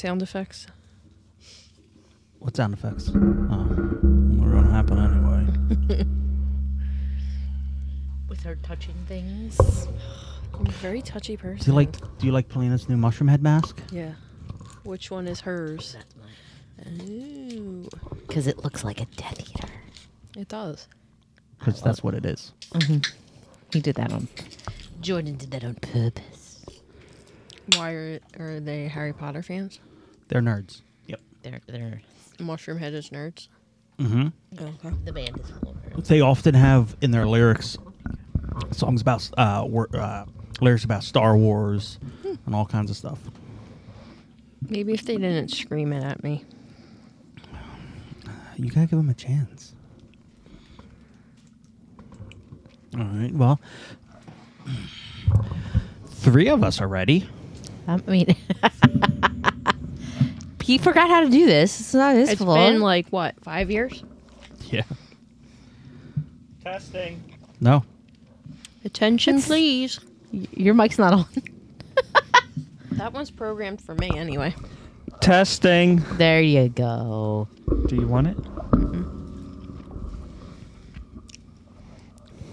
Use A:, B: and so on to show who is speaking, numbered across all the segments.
A: sound effects.
B: What sound effects? Oh, we're gonna happen anyway.
C: with her touching things.
A: I'm a very touchy person.
B: Do you like Do you like Polina's new mushroom head mask?
A: Yeah. Which one is hers?
C: That's mine.
A: Ooh,
C: Because it looks like a Death Eater.
A: it does.
B: Because that's what it is.
D: He did that on.
C: Jordan did that on purpose.
A: Why are, are they Harry Potter fans?
B: They're nerds. Yep.
C: They're, they're,
A: Mushroom head is nerds.
B: hmm
A: Okay.
C: the band is for
B: They often have in their lyrics songs about uh, wor- uh, lyrics about Star Wars and all kinds of stuff.
A: Maybe if they didn't scream it at me.
B: You gotta give them a chance. All right. Well, three of us are ready.
D: I mean, he forgot how to do this. It's not his
A: It's
D: fault.
A: been like what five years?
B: Yeah. Testing. No.
A: Attention, please.
D: Y- Your mic's not on.
A: That one's programmed for me anyway.
E: Testing.
D: There you go.
E: Do you want it?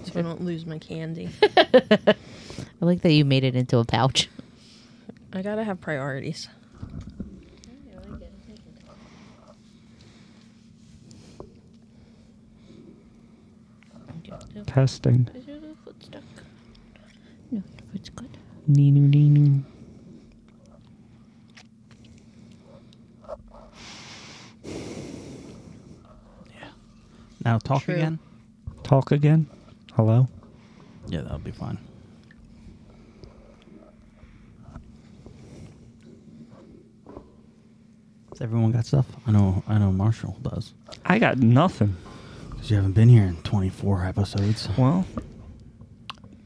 A: So I don't lose my candy.
D: I like that you made it into a pouch.
A: I gotta have priorities.
E: Testing.
D: No, it's good.
E: Ninu ninu.
B: Now talk
A: True.
B: again.
E: Talk again. Hello.
B: Yeah, that'll be fine. Has everyone got stuff? I know. I know. Marshall does.
E: I got nothing.
B: Cause you haven't been here in 24 episodes.
E: Well,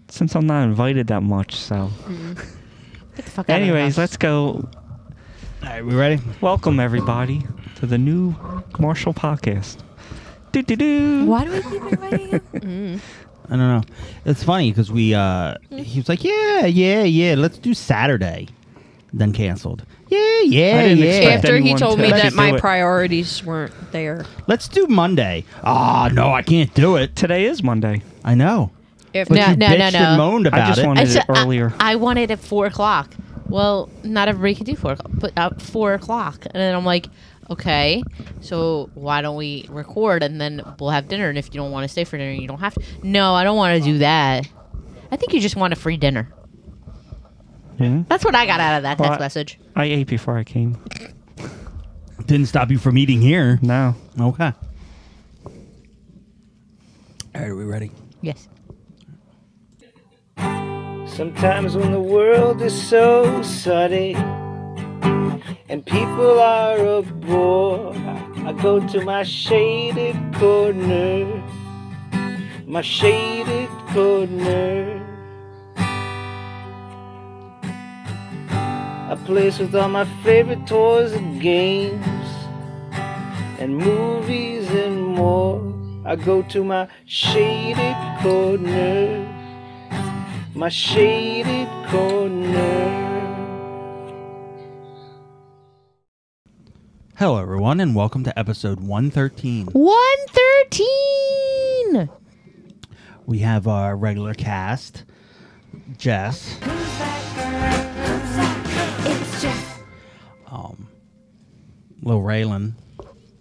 E: since I'm not invited that much, so.
D: Get the fuck out of my
E: Anyways,
D: house.
E: let's go.
B: All right, we ready?
E: Welcome everybody to the new Marshall podcast. Do do do.
D: Why do we keep inviting him?
B: I don't know. It's funny because we. Uh, he was like, "Yeah, yeah, yeah. Let's do Saturday." Then canceled. Yeah, yeah,
E: I didn't
B: yeah.
E: expect
A: After he
E: anyone
A: told
E: to
A: me
E: actually
A: that my
E: do it.
A: priorities weren't there.
B: Let's do Monday. Ah, no, I can't do it.
E: Today is Monday.
B: I know.
A: If
B: But
D: No,
B: you
D: no, no,
B: bitched
D: no.
B: and moaned about
E: I just
B: it.
E: wanted
D: said- uh,
E: it earlier.
D: I, wanted it four o'clock. Well, not everybody can do four o'clock, but uh, four o'clock. And then I'm like, okay, so why don't we record and then we'll have dinner? And if you don't want to stay for dinner, you don't have to. No, I don't want to do that. I think you just want a free dinner.
E: Yeah.
D: That's what I got out of that text
E: Well, I-
D: message.
E: I ate before I came.
B: Didn't stop you from eating here.
E: No.
B: Okay. All right, we ready?
D: Yes.
F: Sometimes when the world is so sunny and people are a bore, I go to my shaded corner, my shaded corner. A place with all my favorite toys and games and movies and more. I go to my shaded corner my shaded corner.
B: Hello, everyone, and welcome to episode 113.
D: 113!
B: We have our regular cast Jess. Um, Lil Raylan,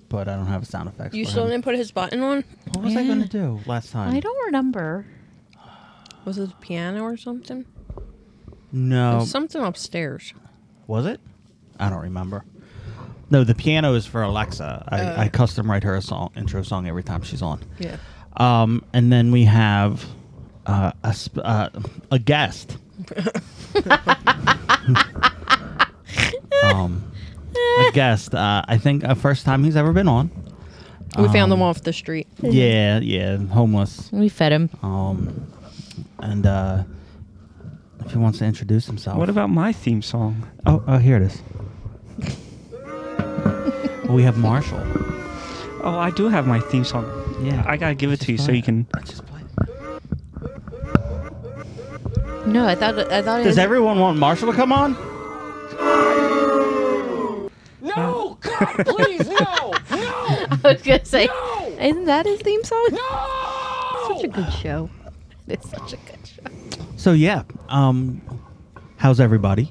B: but I don't have a sound effects.
A: you
B: for
A: still
B: him.
A: didn't put his button on,
B: What was I
D: Yeah.
B: going to do last time?
D: I don't remember.
A: was it the piano or something? It
B: No.
A: was something upstairs.
B: Was it? I don't remember. No, the piano is for Alexa. I,
D: Uh.
A: Oh.
B: I custom write her a song, intro song every time she's on.
A: Yeah.
B: Um, and then we have uh, a sp- uh, a guest. um, a guest. Uh, I think a first time he's ever been on.
A: We found
B: Um,
A: them off the street.
B: Yeah, yeah, homeless.
D: We fed him.
B: Um, and uh, if he wants to introduce himself,
E: What about my theme song?
B: Oh, oh, here it is. we have Marshall.
E: Oh, I do have my theme song.
B: Yeah.
E: I gotta give it to you so you can.
B: Let's just play.
D: No, I thought I thought it
B: Does
D: was-
B: everyone want Marshall to come on?
F: No! Oh, God, please, no! No!
D: I was gonna say,
F: No!
D: isn't that his theme song?
F: No!
C: Such a good show.
D: It's such a good show.
B: So yeah, um, how's everybody?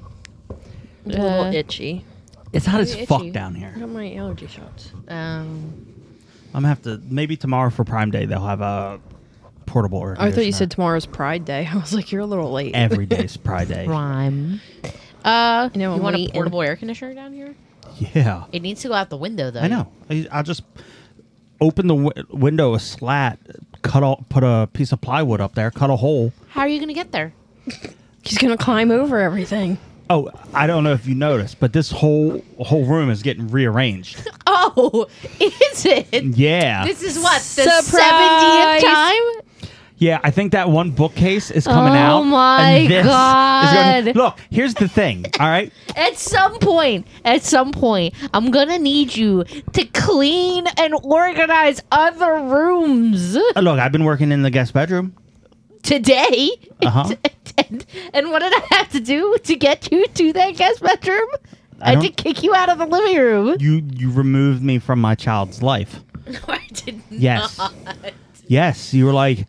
C: A little
D: Uh,
C: itchy.
B: It's hot as
D: Pretty
B: fuck
D: itchy.
B: down
A: I
B: here.
A: got my allergy shots.
D: Um,
B: I'm gonna have to maybe tomorrow for Prime Day they'll have a portable
D: Oh,
B: air.
A: I thought you
B: conditioner.
A: said tomorrow's Pride Day. I was like, you're a little late.
B: every day's Pride Day.
D: rhyme. Uh,
A: You know,
D: you
A: I'm
D: want a
A: waiting.
D: portable air conditioner down here?
B: Yeah,
D: It needs to go out the window, though.
B: I know. I, I'll just open the w- window a slat, cut all, put a piece of plywood up there, cut a hole.
D: How are you gonna get there?
A: He's gonna climb over everything.
B: Oh, I don't know if you noticed, but this whole whole room is getting rearranged.
D: Oh, is it?
B: Yeah,
D: This is what the
A: Surprise!
D: seventieth time.
B: yeah. I think that one bookcase is coming
D: Oh
B: out. and
D: my
B: this is gonna-
D: God.
B: Look, here's the thing. All right,
D: At some point, at some point, I'm gonna need you to clean and organize other rooms
B: Uh, look, I've been working in the guest bedroom.
D: today.
B: Uh-huh.
D: and, and what did I have to do to get you to that guest bedroom?
B: I
D: I, had to
B: don't-
D: kick you out of the living room.
B: You you removed me from my child's life.
D: I did
B: Yes. Yes, you were like,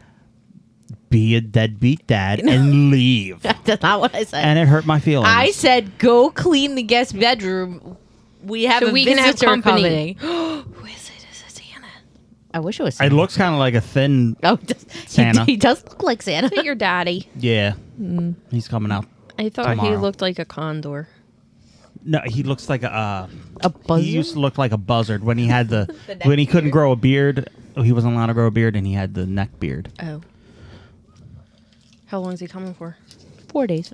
B: be a deadbeat dad and leave.
D: That's not what I said.
B: and it hurt my feelings.
D: I said, go clean the guest bedroom. We have
A: So
D: a
A: we can have
D: visitor
A: company.
D: coming.
A: Who is it? Is it Santa?
D: I wish it was.
B: it looks kind of like a thin.
D: Oh, it does,
B: Santa.
D: He, he does look like Santa.
A: Is it your daddy?
B: Yeah. He's coming out.
A: I thought he
B: Tomorrow.
A: looked like a condor.
B: No, he looks like a. Uh,
D: a
B: he used to look like a buzzard when he had the, when he couldn't grow a beard. Oh, he wasn't allowed to grow a beard, and he had the neck beard.
A: Oh. How long is he coming for?
D: Four days.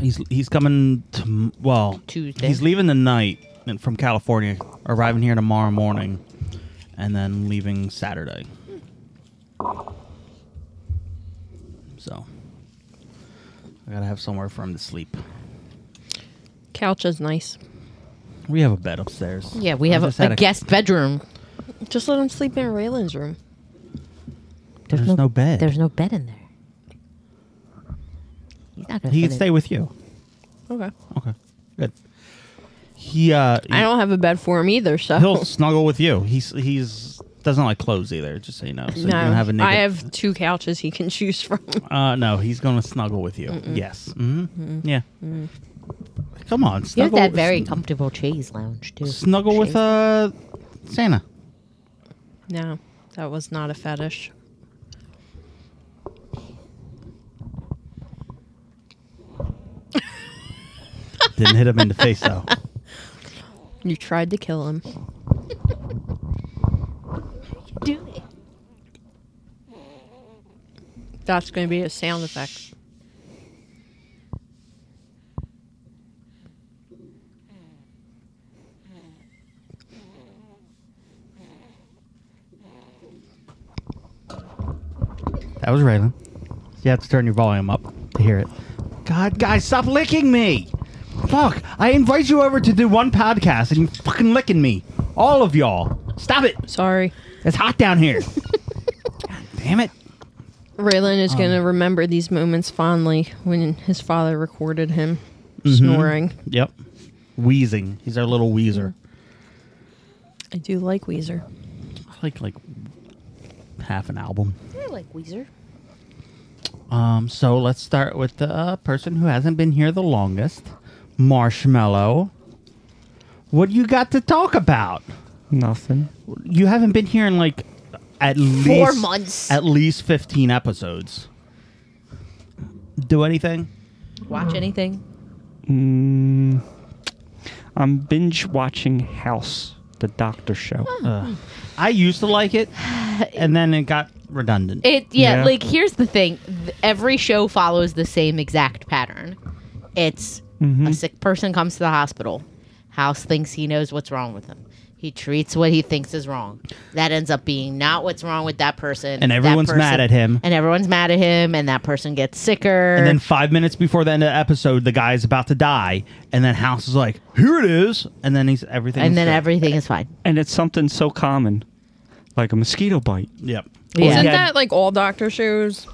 B: He's he's coming to well
D: Tuesday.
B: He's leaving the night and- from California, arriving here tomorrow morning, and then leaving Saturday. So I gotta have somewhere for him to sleep.
A: Couch is nice.
B: We have a bed upstairs.
D: Yeah, we
B: I
D: have
B: just
D: a,
B: had
D: a guest bedroom.
A: Just let him sleep in Raylan's room.
B: There's, no, bed.
C: There's no bed in there. He's not gonna
B: he
C: fit
B: can
C: in.
B: stay with you.
A: Okay.
B: Okay, good. He uh,
A: I don't have a bed for him either, so.
B: he'll snuggle with you. He's he's doesn't like clothes either. Just so you know, so you
A: no,
B: don't have a naked
A: I have two couches he can choose from.
B: Uh, no, he's going to snuggle with you. Yes. hmm
D: Mm-hmm.
B: Yeah. Come on,
D: You have
B: snuggle.
D: that very
B: sn-
D: comfortable chaise lounge too.
B: snuggle with uh Santa.
A: no, that was not a fetish.
B: Didn't hit him in the face though.
A: You tried to kill him.
D: Do it.
A: That's going to be a sound effect.
B: That was Raylan. You have to turn your volume up to hear it. God, guys, stop licking me! Fuck! I invite you over to do one podcast and you fucking licking me, all of y'all. Stop it!
A: Sorry.
B: It's hot down here. God damn it!
A: Raylan
B: Oh.
A: is going to remember these moments fondly when his father recorded him
B: Mm-hmm.
A: snoring.
B: Yep. Wheezing. He's our little wheezer.
A: I do like Weezer.
B: I like like half an album.
D: I like Weezer.
B: Um, so let's start with the uh, person who hasn't been here the longest, Marshmallow. What you got to talk about?
E: Nothing.
B: You haven't been here in like at least
D: months.
B: At least fifteen episodes. Do anything?
D: Watch anything?
E: Mm, I'm binge watching House, the doctor show.
B: I used to like it, and then it got redundant.
D: It yeah,
E: Yeah.
D: Like here's the thing: Th- every show follows the same exact pattern. It's
B: Mm-hmm.
D: a sick person comes to the hospital. House thinks he knows what's wrong with him. He treats what he thinks is wrong. That ends up being not what's wrong with that person.
B: And
D: that
B: everyone's
D: person-
B: mad at him.
D: And everyone's mad at him. And that person gets sicker.
B: and then five minutes before the end of the episode, the guy is about to die, and then House is like, "Here it is," and then he's everything.
D: and then everything is fine.
E: And it's something so common, like a mosquito bite.
B: Yep.
D: Yeah.
A: Isn't that like all doctor shows?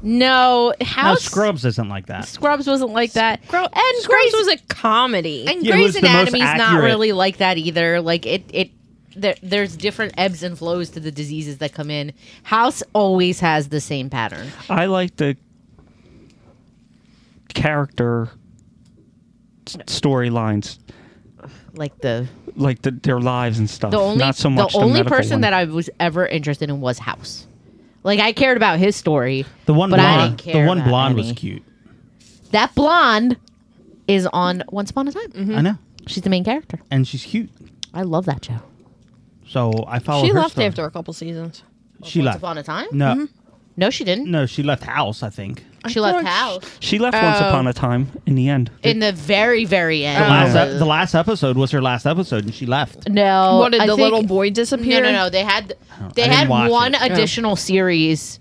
D: No,
B: No,
D: House
B: Scrubs isn't like that.
D: Scrubs wasn't like that. and
A: Scrubs
D: Grey's
A: was a comedy.
D: and
E: Yeah, it was
D: Grey's
E: the most
D: Anatomy's not
E: accurate.
D: really like that either. Like it, it there, there's different ebbs and flows to the diseases that come in. House always has the same pattern.
E: I like the character s- storylines,
D: Like the
E: like the, their lives and stuff.
D: the only
E: not so much
D: the
E: the,
D: only
E: medical
D: person
E: one.
D: that I was ever interested in was House. Like I cared about his story.
B: The one
D: but
B: blonde,
D: I didn't care
B: the one
D: about
B: blonde
D: any.
B: was cute.
D: That blonde is on Once Upon a Time.
B: I know,
D: She's the main character.
B: and she's cute.
D: I love that show.
B: So I follow.
A: she
B: Oh, her
A: left
B: story.
A: after a couple seasons.
B: She
D: Once
B: left.
D: Upon a Time.
B: No,
A: Mm-hmm.
D: No, she didn't.
B: no, she left House. I think.
D: She left House
E: she left once
A: Oh.
E: upon a time. In the end,
D: in the very very end.
B: The last,
A: Oh.
D: Uh,
B: ep- the last episode was her last episode, and she left.
D: No,
A: what did
D: I
A: the
D: think-
A: little boy disappear?
D: No, no, no. They had
B: don't- Oh, I
D: they
B: didn't
D: had
B: watch
D: one
B: it.
D: additional series.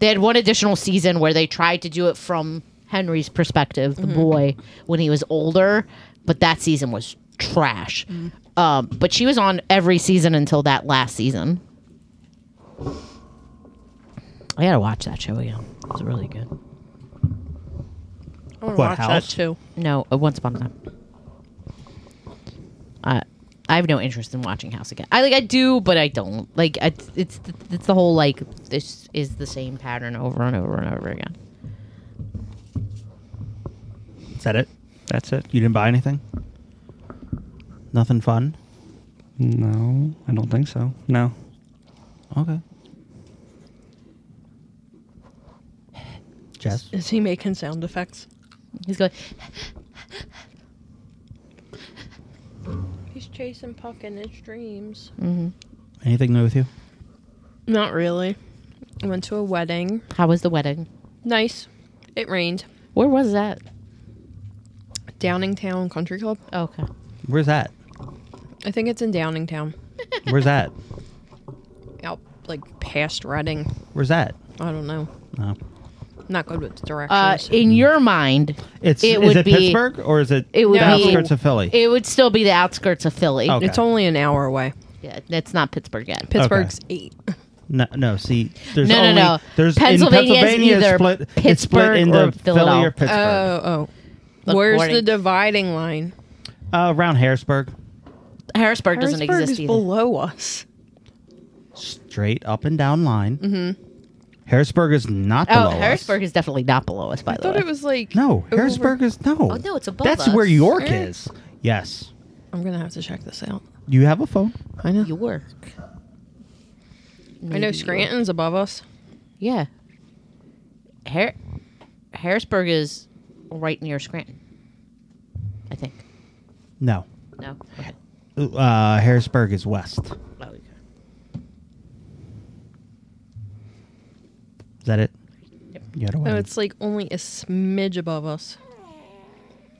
D: They had one additional season where they tried to do it from Henry's perspective, the boy when he was older, but that season was trash. Um, but she was on every season until that last season. I gotta watch that show again. It's really good.
A: I want to
B: What,
A: watch
B: House?
A: that too.
D: No, uh, Once Upon a Time. Uh, I have no interest in watching House again. I like I do, but I don't. Like I, it's the, it's the whole like this is the same pattern over and over and over again.
B: Is that it?
E: that's it.
B: You didn't buy anything? Nothing fun?
E: No, I don't think so. No.
B: Okay. Jess?
A: Is he making sound effects?
D: He's going.
A: He's chasing Puck in his dreams.
B: Anything new with you?
A: Not really. I went to a wedding.
D: How was the wedding?
A: Nice. It rained.
D: Where was that?
A: Downingtown Country Club.
D: Okay.
B: Where's that?
A: I think it's in Downingtown.
B: Where's that?
A: Out like past Reading.
B: Where's that?
A: I don't know.
B: No.
A: Not good with
D: Uh,
A: directions.
D: in your mind,
B: It's
D: It
B: is
D: would
B: it
D: be-
B: Pittsburgh or is it,
D: it would
B: the
A: No.
D: be
B: outskirts of Philly?
D: It would still be the outskirts of Philly.
B: Okay.
A: It's only an hour away.
D: Yeah, that's not Pittsburgh yet.
A: Pittsburgh's eight.
B: no, no. See, there's
D: No, no,
B: only
D: no.
B: there's
D: Pennsylvania
B: in
D: is
B: Pennsylvania it's
D: either
B: split, it's split
D: Pittsburgh
B: into
D: or
B: Philly or
D: Philadelphia.
A: Oh,
B: Pittsburgh.
A: oh. Where's the dividing line?
D: Oh.
B: Uh, around Harrisburg,
D: Harrisburg doesn't
A: Harrisburg
D: exist
A: is
D: either.
A: below us.
B: straight up and down line. Mm-hmm. Harrisburg is not
D: oh,
B: below us.
D: Harrisburg is definitely not below us. By
A: I
D: the
A: thought
D: way,
A: it was like
B: No,
A: over-
B: Harrisburg is no.
D: Oh, no, it's above
B: That's
D: us.
B: where York
A: Eh.
B: is. Yes,
A: I'm gonna have to check this out.
B: you have a phone.
A: I know.
D: York.
A: I know Scranton's above us.
D: Yeah. Har- Harrisburg is right near Scranton. I think.
B: No,
D: No. Okay.
B: uh, Harrisburg is west.
D: Oh, okay.
B: Is that it? You had a
A: No,
B: wedding.
A: it's like only a smidge above us.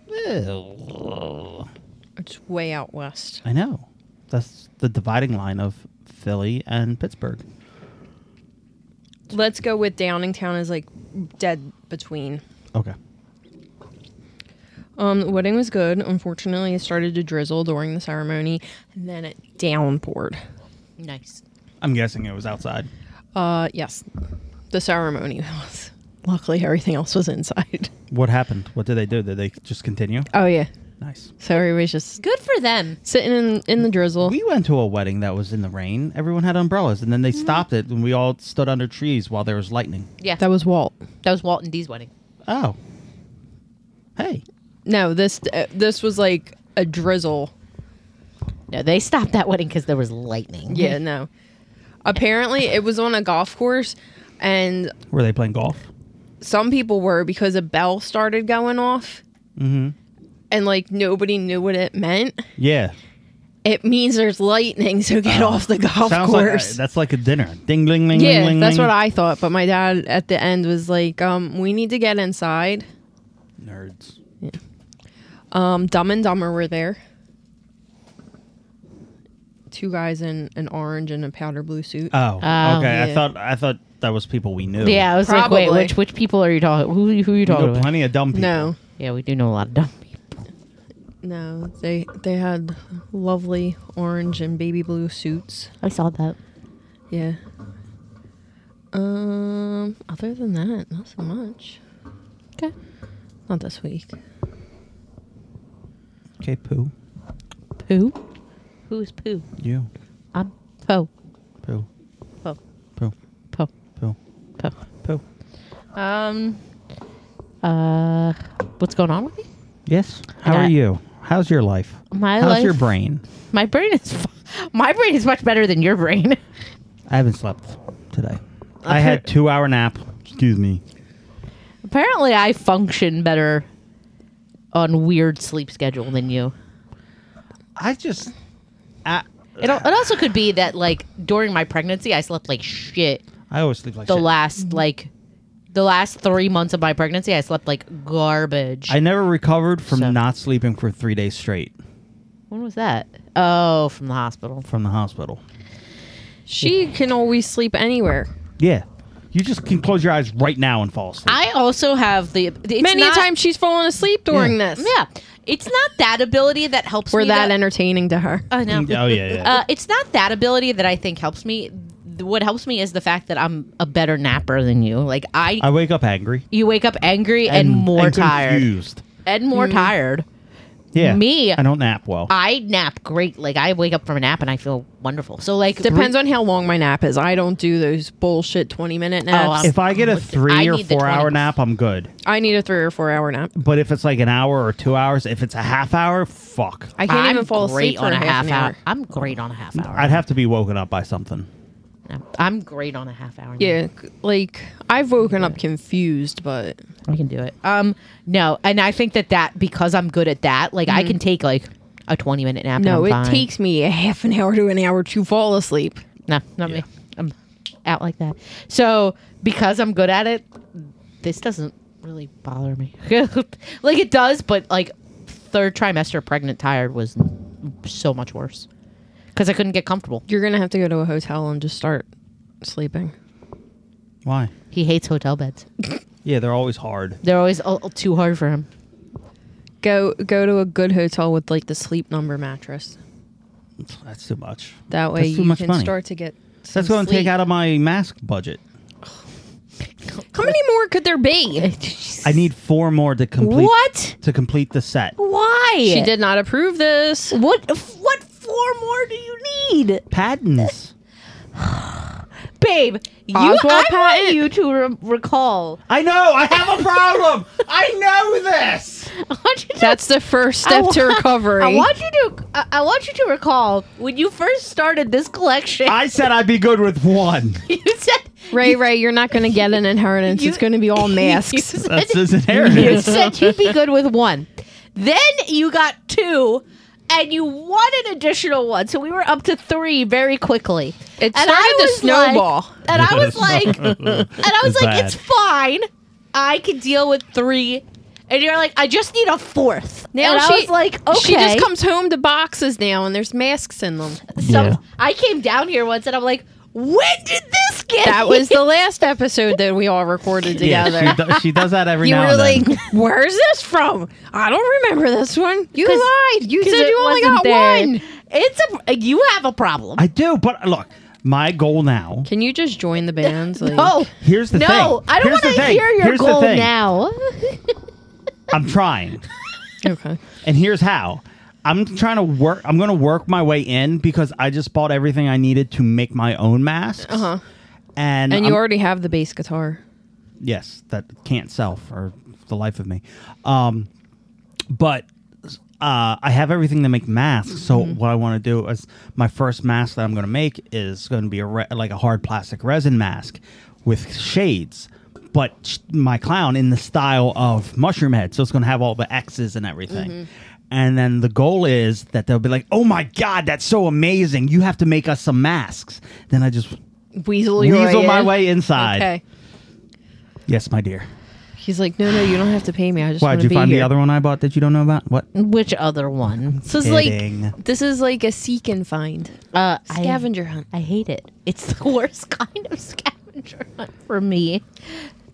A: It's way out west.
B: I know. That's the dividing line of Philly and Pittsburgh.
A: Let's go with Downingtown is like dead between.
B: Okay.
A: Um, the wedding was good. Unfortunately, it started to drizzle during the ceremony, and then it downpoured.
D: Nice.
B: I'm guessing it was outside.
A: Uh, yes, the ceremony was. Luckily, everything else was inside.
B: What happened? What did they do? Did they just continue?
A: Oh yeah,
B: Nice.
A: so everybody's just
D: Good for them.
A: sitting in in the drizzle.
B: We went to a wedding that was in the rain. Everyone had umbrellas, and then they stopped it, and we all stood under trees while there was lightning.
D: Yeah. That
A: that
D: was,
A: was Walt.
D: Walton D's wedding.
B: Oh. Hey.
A: No, this uh, this was like a drizzle.
D: No, they stopped that wedding because there was lightning.
A: Yeah, no. Apparently, it was on a golf course, and
B: Were they playing golf?
A: some people were because a bell started going off
B: Mm-hmm.
A: and like nobody knew what it meant
B: Yeah.
A: it means there's lightning so get off the golf
B: Oh. Sounds like uh,
A: course
B: that's like a dinner. Ding, ding, ding,
A: yeah
B: ding, ding.
A: that's what i thought but my dad at the end was like um, we need to get inside
B: Nerds.
A: um, dumb and dumber were there two guys in an orange and a powder blue suit
B: Oh,
D: Oh.
B: okay. I
A: Yeah.
B: thought I thought that was people we knew.
D: Yeah, I was like, wait,
A: Probably.
D: which which people are you talking? Who who are you
B: we
D: talking
B: know
D: about?
B: plenty of dumb people.
A: no
D: Yeah, we do know a lot of dumb people.
A: no they they had lovely orange and baby blue suits
D: I saw that.
A: Yeah. Um, Um, other than that, not so much.
D: Okay.
A: Not this week.
B: Okay, poo.
D: Pooh? Who's Pooh?
B: You.
D: I'm Poe.
B: Poo.
D: Poe.
B: Poo.
D: Poe.
B: Poo.
D: Poe.
B: Poo.
D: Um. Uh. What's going on with me?
B: Yes. How
D: got-
B: are you? How's your life?
D: My
B: How's your
D: life-
B: brain?
D: My brain is. fu- My brain is much better than your brain.
B: I haven't slept today. I had two hour nap. Excuse me.
D: Apparently, I function better on weird sleep schedule than you.
B: I just. I,
D: It, al- it also could be that like during my pregnancy, I slept like shit.
B: I always sleep like
D: The
B: shit.
D: last like, the last three months of my pregnancy, I slept like garbage.
B: I never recovered from
D: So-
B: not sleeping for three days straight
D: when was that? Oh, from the hospital.
B: from the hospital.
A: She can always sleep anywhere.
B: Yeah. You just can close your eyes right now and fall asleep.
D: I also have the, the it's
A: Many a
D: not-
A: times she's fallen asleep during this.
D: Yeah, it's not that ability that helps.
A: We're
D: me
A: that entertaining to her.
D: I know.
B: oh, yeah, yeah.
D: Uh, it's not that ability that I think helps me. Th- What helps me is the fact that I'm a better napper than you. Like I,
B: I wake up angry
D: you wake up angry and, more tired,
B: confused.
D: and more
A: Mm-hmm.
D: tired.
B: Yeah.
D: Me-
B: I don't nap well.
D: I nap great. Like I wake up from a nap and I feel wonderful. So like
A: Depends on how long my nap is. I don't do those bullshit 20 minute naps.
D: Oh, I'm-
B: if I get a three
D: I
B: or
D: need the
B: four hour
D: 20s.
B: nap, I'm good.
A: I need a three or four hour nap.
B: But if it's like an hour or two hours, if it's a half hour, fuck.
A: I can't
D: I'm
A: even fall
D: great
A: asleep for
D: on
A: a half, an hour.
D: hour. I'm great on a half hour.
B: I'd have to be woken up by something.
D: I'm great on a half hour.
A: Yeah, c- like I've woken up confused, but
D: I can do it. Um, no, and I think that that because I'm good at that, like I can take like a 20 minute nap.
A: Mm-hmm. no, it
D: and I'm fine.
A: takes me a half an hour to an hour to fall asleep.
D: no, not me. I'm out like that. So because I'm good at it, this doesn't really bother me. like it does, but like third trimester pregnant tired was so much worse because I couldn't get comfortable.
A: You're gonna have to go to a hotel and just start sleeping.
B: Why?
D: He hates hotel beds.
B: Yeah, they're always hard.
D: They're always a- a- too hard for him.
A: Go go to a good hotel with like the sleep number mattress.
B: That's too much.
A: That way
B: That's too
A: you
B: much
A: can
B: money.
A: start to get.
B: That's
A: some
B: going to take
A: sleep.
B: out of my mask budget.
A: How many more could there be?
B: I need four more to complete
D: what?
B: to complete the set.
D: Why?
A: She did not approve this.
D: What? What four more do you need?
B: Patents.
D: babe, you, I
A: Oswald
D: want you to re- recall.
B: I know. I have a problem. I know this.
D: I want you to,
A: That's the first
D: I
A: step to
D: wa-
A: recovery.
D: I want you to. I, I want you to recall when you first started this collection.
A: Ah.
B: I said I'd be good with one.
D: you said
A: Ray, Ray, you're not going to get an inheritance.
D: You-
A: it's going to be all masks.
D: You said,
B: That's his
D: you
B: inheritance.
D: said you'd be good with one. Then you got two. And you want an additional one, so we were up to three very quickly.
A: It
D: and
A: started to
D: was
A: snowball.
D: Like, and I was like,
B: and
D: And I was like, it's fine. I can deal with three. And you're like, I just need a fourth.
A: Now
D: and I
A: she-
D: was like, okay.
A: She just comes home to boxes now, and there's masks in them.
D: Some-
B: Yeah.
D: I came down here once and I'm like, when did this get
A: That was
D: here?"
A: the last episode that we all recorded together.
B: Yeah, she, do- she does that every
A: you
B: now
A: were
B: and
A: like,
B: then.
A: "Where's this from? I don't remember this one. You
D: 'Cause-
A: lied. You
D: 'Cause
A: said
D: it
A: you only
D: wasn't
A: got
D: there.
A: one."
D: It's a you have a problem.
B: I do, but look, my goal now.
A: Can you just join the bands? Like,
D: no.
B: Here's the thing.
D: Oh, No, I don't
B: Here's the
D: want to
B: thing.
D: hear your
B: Here's the
D: goal
B: thing.
D: now.
B: I'm trying.
A: okay.
B: And here's how. I'm trying to work. I'm going to work my way in because I just bought everything I needed to make my own masks.
A: Uh-huh.
B: And,
A: And
B: I'm-
A: you already have the bass guitar.
B: yes, that can't sell for the life of me. Um, but uh, I have everything to make masks. So what I want to do is my first mask that I'm going to make is going to be a re- like a hard plastic resin mask with shades. But sh- my clown in the style of Mushroom Head, so it's going to have all the X's and everything. And then the goal is that they'll be like, "Oh my God, that's so amazing! You have to make us some masks." Then I just
A: Weasel your
B: weasel
A: way
B: my
A: in.
B: way inside.
A: Okay.
B: Yes, my dear.
A: He's like, "No, no, you don't have to pay me. I just
B: Why
A: want
B: did
A: to
B: you
A: be
B: find
A: here."
B: the other one I bought that you don't know about? What?
D: Which other one?
A: This is
B: Kidding.
A: like this is like a seek and find
D: Uh, I-
A: scavenger hunt.
D: I hate it. It's the worst kind of scavenger hunt for me.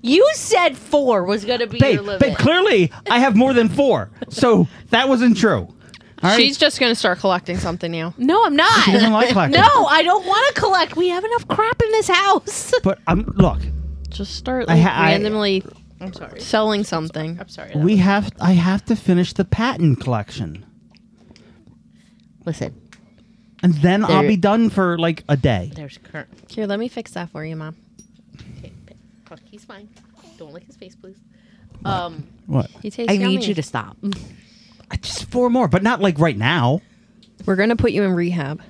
D: You said four was gonna be
B: Babe,
D: your limit.
B: babe, clearly I have more than four. So that wasn't true. All right.
A: She's just gonna start collecting something now.
D: no, I'm not.
B: doesn't like collecting.
D: no, I don't want to collect. We have enough crap in this house.
B: but I'm um, look,
A: Just start
B: I
A: like,
B: ha- I-
A: randomly
D: I'm sorry.
A: selling something.
D: I'm sorry.
B: We have. I have to finish the patent collection,
D: Listen,
B: and then I'll
D: There-
B: be done for like a day.
D: there's current.
A: Here, let me fix that for you, mom.
D: He's fine. Don't lick his face, please. Um,
B: What?
A: He tastes
D: I need
A: yummy.
D: you to stop.
B: I just four more, but not like right now.
A: We're gonna put you in rehab.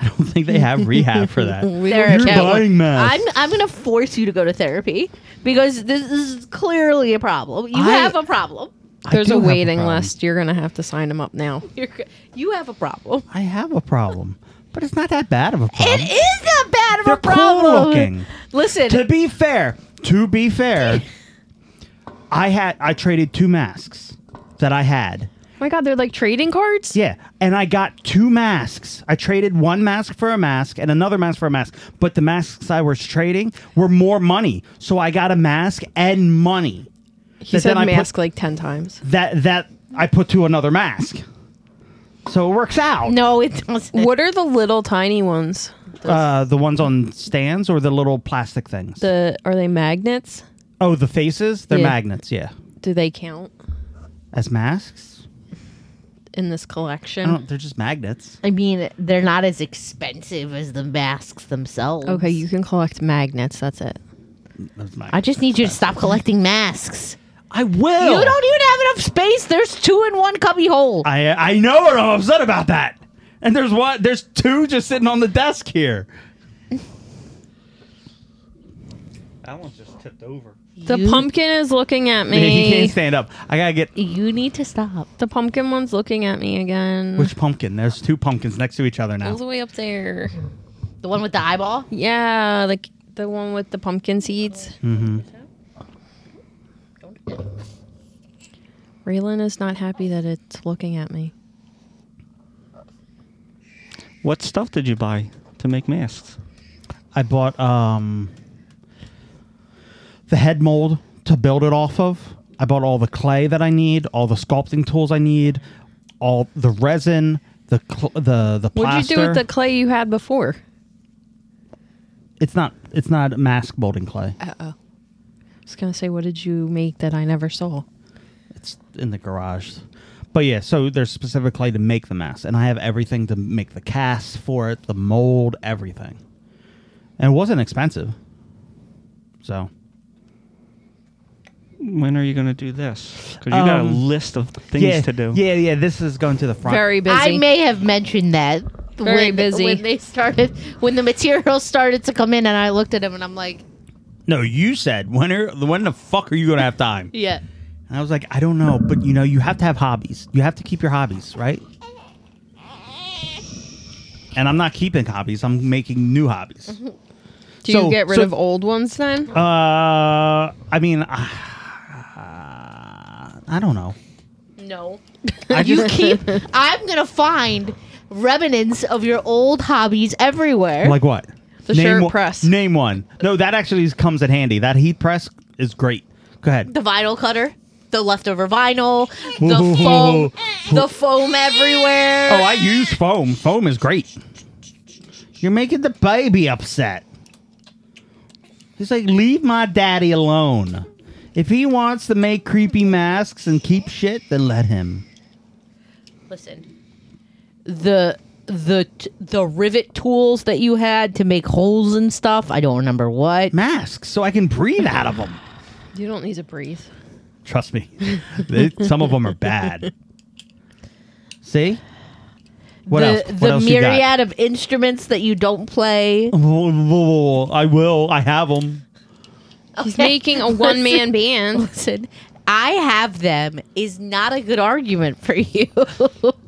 B: I don't think they have rehab for that.
D: Therapy.
B: You're buying meth.
D: I'm I'm gonna force you to go to therapy because this is clearly a problem. You
B: I-
D: have a problem.
B: I
A: There's
B: do
A: a
B: have
A: waiting
B: problem.
A: list. You're gonna have to sign them up now. Oh
D: You're, c- you have a problem.
B: I have a problem, but it's not that bad of a problem.
D: It is that bad of
B: They're
D: a problem.
B: cool looking.
D: Listen,
B: to be fair, to be fair, I had I traded two masks that I had.
A: my God, they're like trading cards.
B: Yeah, and I got two masks. I traded one mask for a mask and another mask for a mask, but the masks I was trading were more money. So I got a mask and money
A: He
B: But
A: said
B: then I put-
A: mask like ten times.
B: that that I put to another mask. So it works out.
D: no, it doesn't.
A: What are the little tiny ones?
B: Uh, the ones on stands or the little plastic things?
A: The are they magnets?
B: oh, the faces? They're
A: Yeah.
B: magnets, yeah.
A: Do they count
B: As masks?
A: in this
B: I
A: collection?
B: don't, they're just magnets.
D: I mean, they're not as expensive as the masks themselves.
B: Oh.
A: Okay, you can collect magnets. That's it.
B: That's magnets.
D: I just need you to stop collecting masks.
B: I will.
D: You
A: e-
D: don't even have enough space. There's two in one cubby hole.
B: I I know, and I'm upset about that. And there's what? There's two just sitting on the desk here. That one's just tipped over.
A: The
D: You-
A: pumpkin is looking at
B: He
A: me.
B: can't stand up. I gotta get
D: You need to stop.
A: the pumpkin one's looking at me again.
B: which pumpkin? There's two pumpkins next to each other
A: all
B: now.
A: the way up there.
D: The one with the eyeball.
A: Yeah, like the one with the pumpkin seeds.
B: Mm-hmm.
A: Raylan is not happy that it's looking at me.
E: What stuff did you buy to make masks?
B: I bought um the head mold to build it off of. I bought all the clay that I need, all the sculpting tools I need, all the resin, the cl- the the plaster.
A: What'd you do with the clay you had before?
B: It's not it's not mask molding clay.
A: Uh oh. I was gonna say, what did you make that I never saw?
B: It's in the garage. But yeah, so there's specific clay to make the mask, and I have everything to make the cast for it, the mold, everything. And it wasn't expensive. So
E: When are you going to do this? Because you got a
B: Um,
E: list of things
B: yeah,
E: to do.
B: yeah, yeah. This is going to the front.
A: Very busy.
D: I may have mentioned that.
A: Very
D: when,
A: busy.
D: When they started, when the materials started to come in, and I looked at him and I'm like,
B: No, you said when are when the fuck are you gonna have time?
D: yeah.
B: And I was like, I don't know, but you know, you have to have hobbies. You have to keep your hobbies, right? And I'm not keeping hobbies. I'm making new hobbies.
A: do
B: so-
A: you get rid
B: so-
A: of old ones then?
B: Uh, I mean, uh, I don't know.
D: No.
B: I
D: you keep. I'm gonna find remnants of your old hobbies everywhere.
B: Like what?
A: The shirt
B: one-
A: press.
B: Name one. No, that actually is- comes in handy. That heat press is great. Go ahead.
D: the vinyl cutter, the leftover vinyl, the
B: Ooh.
D: foam, the foam everywhere.
B: Oh, I use foam. Foam is great. You're making the baby upset. He's like, leave my daddy alone. If he wants to make creepy masks and keep shit, then let him.
D: Listen, the the t- the rivet tools that you had to make holes and stuff. I don't remember what.
B: Masks, so I can breathe out of them.
A: You don't need to breathe.
B: Trust me, They- some of them are bad. See? What
D: the
B: else? What
D: the
B: else you got?
D: myriad of instruments that you don't play.
B: I will. I have them.
A: He's making a one man band.
D: Listen, I have them is not a good argument for you.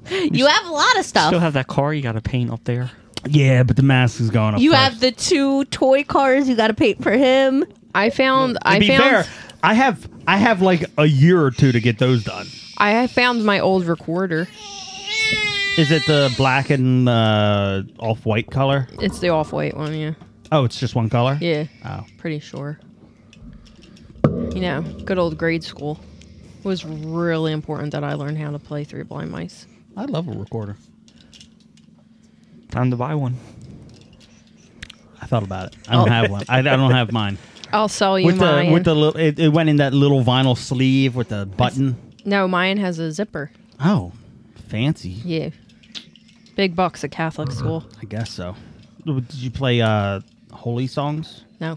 D: you have a lot of
E: Still
D: stuff.
E: have that car you got to paint up there.
B: Yeah, but the mask is going up.
D: You
B: first.
D: have the two toy cars you got to paint for him.
A: I found I
B: To be
A: found
B: fair, I have I have like a year or two to get those done.
A: I found my old recorder.
B: Is it the black and uh, off white color?
A: It's the off white one, yeah.
B: Oh, it's just one color.
A: Yeah.
B: Oh,
A: Pretty sure. You know, good old grade school It was really important that I learned how to play Three Blind Mice.
B: I love a recorder.
E: Time to buy one.
D: Oh.
B: I thought about it. I don't have one. I, I don't have mine.
A: I'll sell you
B: with the
A: mine.
B: with the little it, it went in that little vinyl sleeve with the button.
A: no, mine has a zipper.
B: Oh, fancy.
A: Yeah. Big bucks at Catholic school.
B: I guess so. Did you play uh holy songs?
A: No.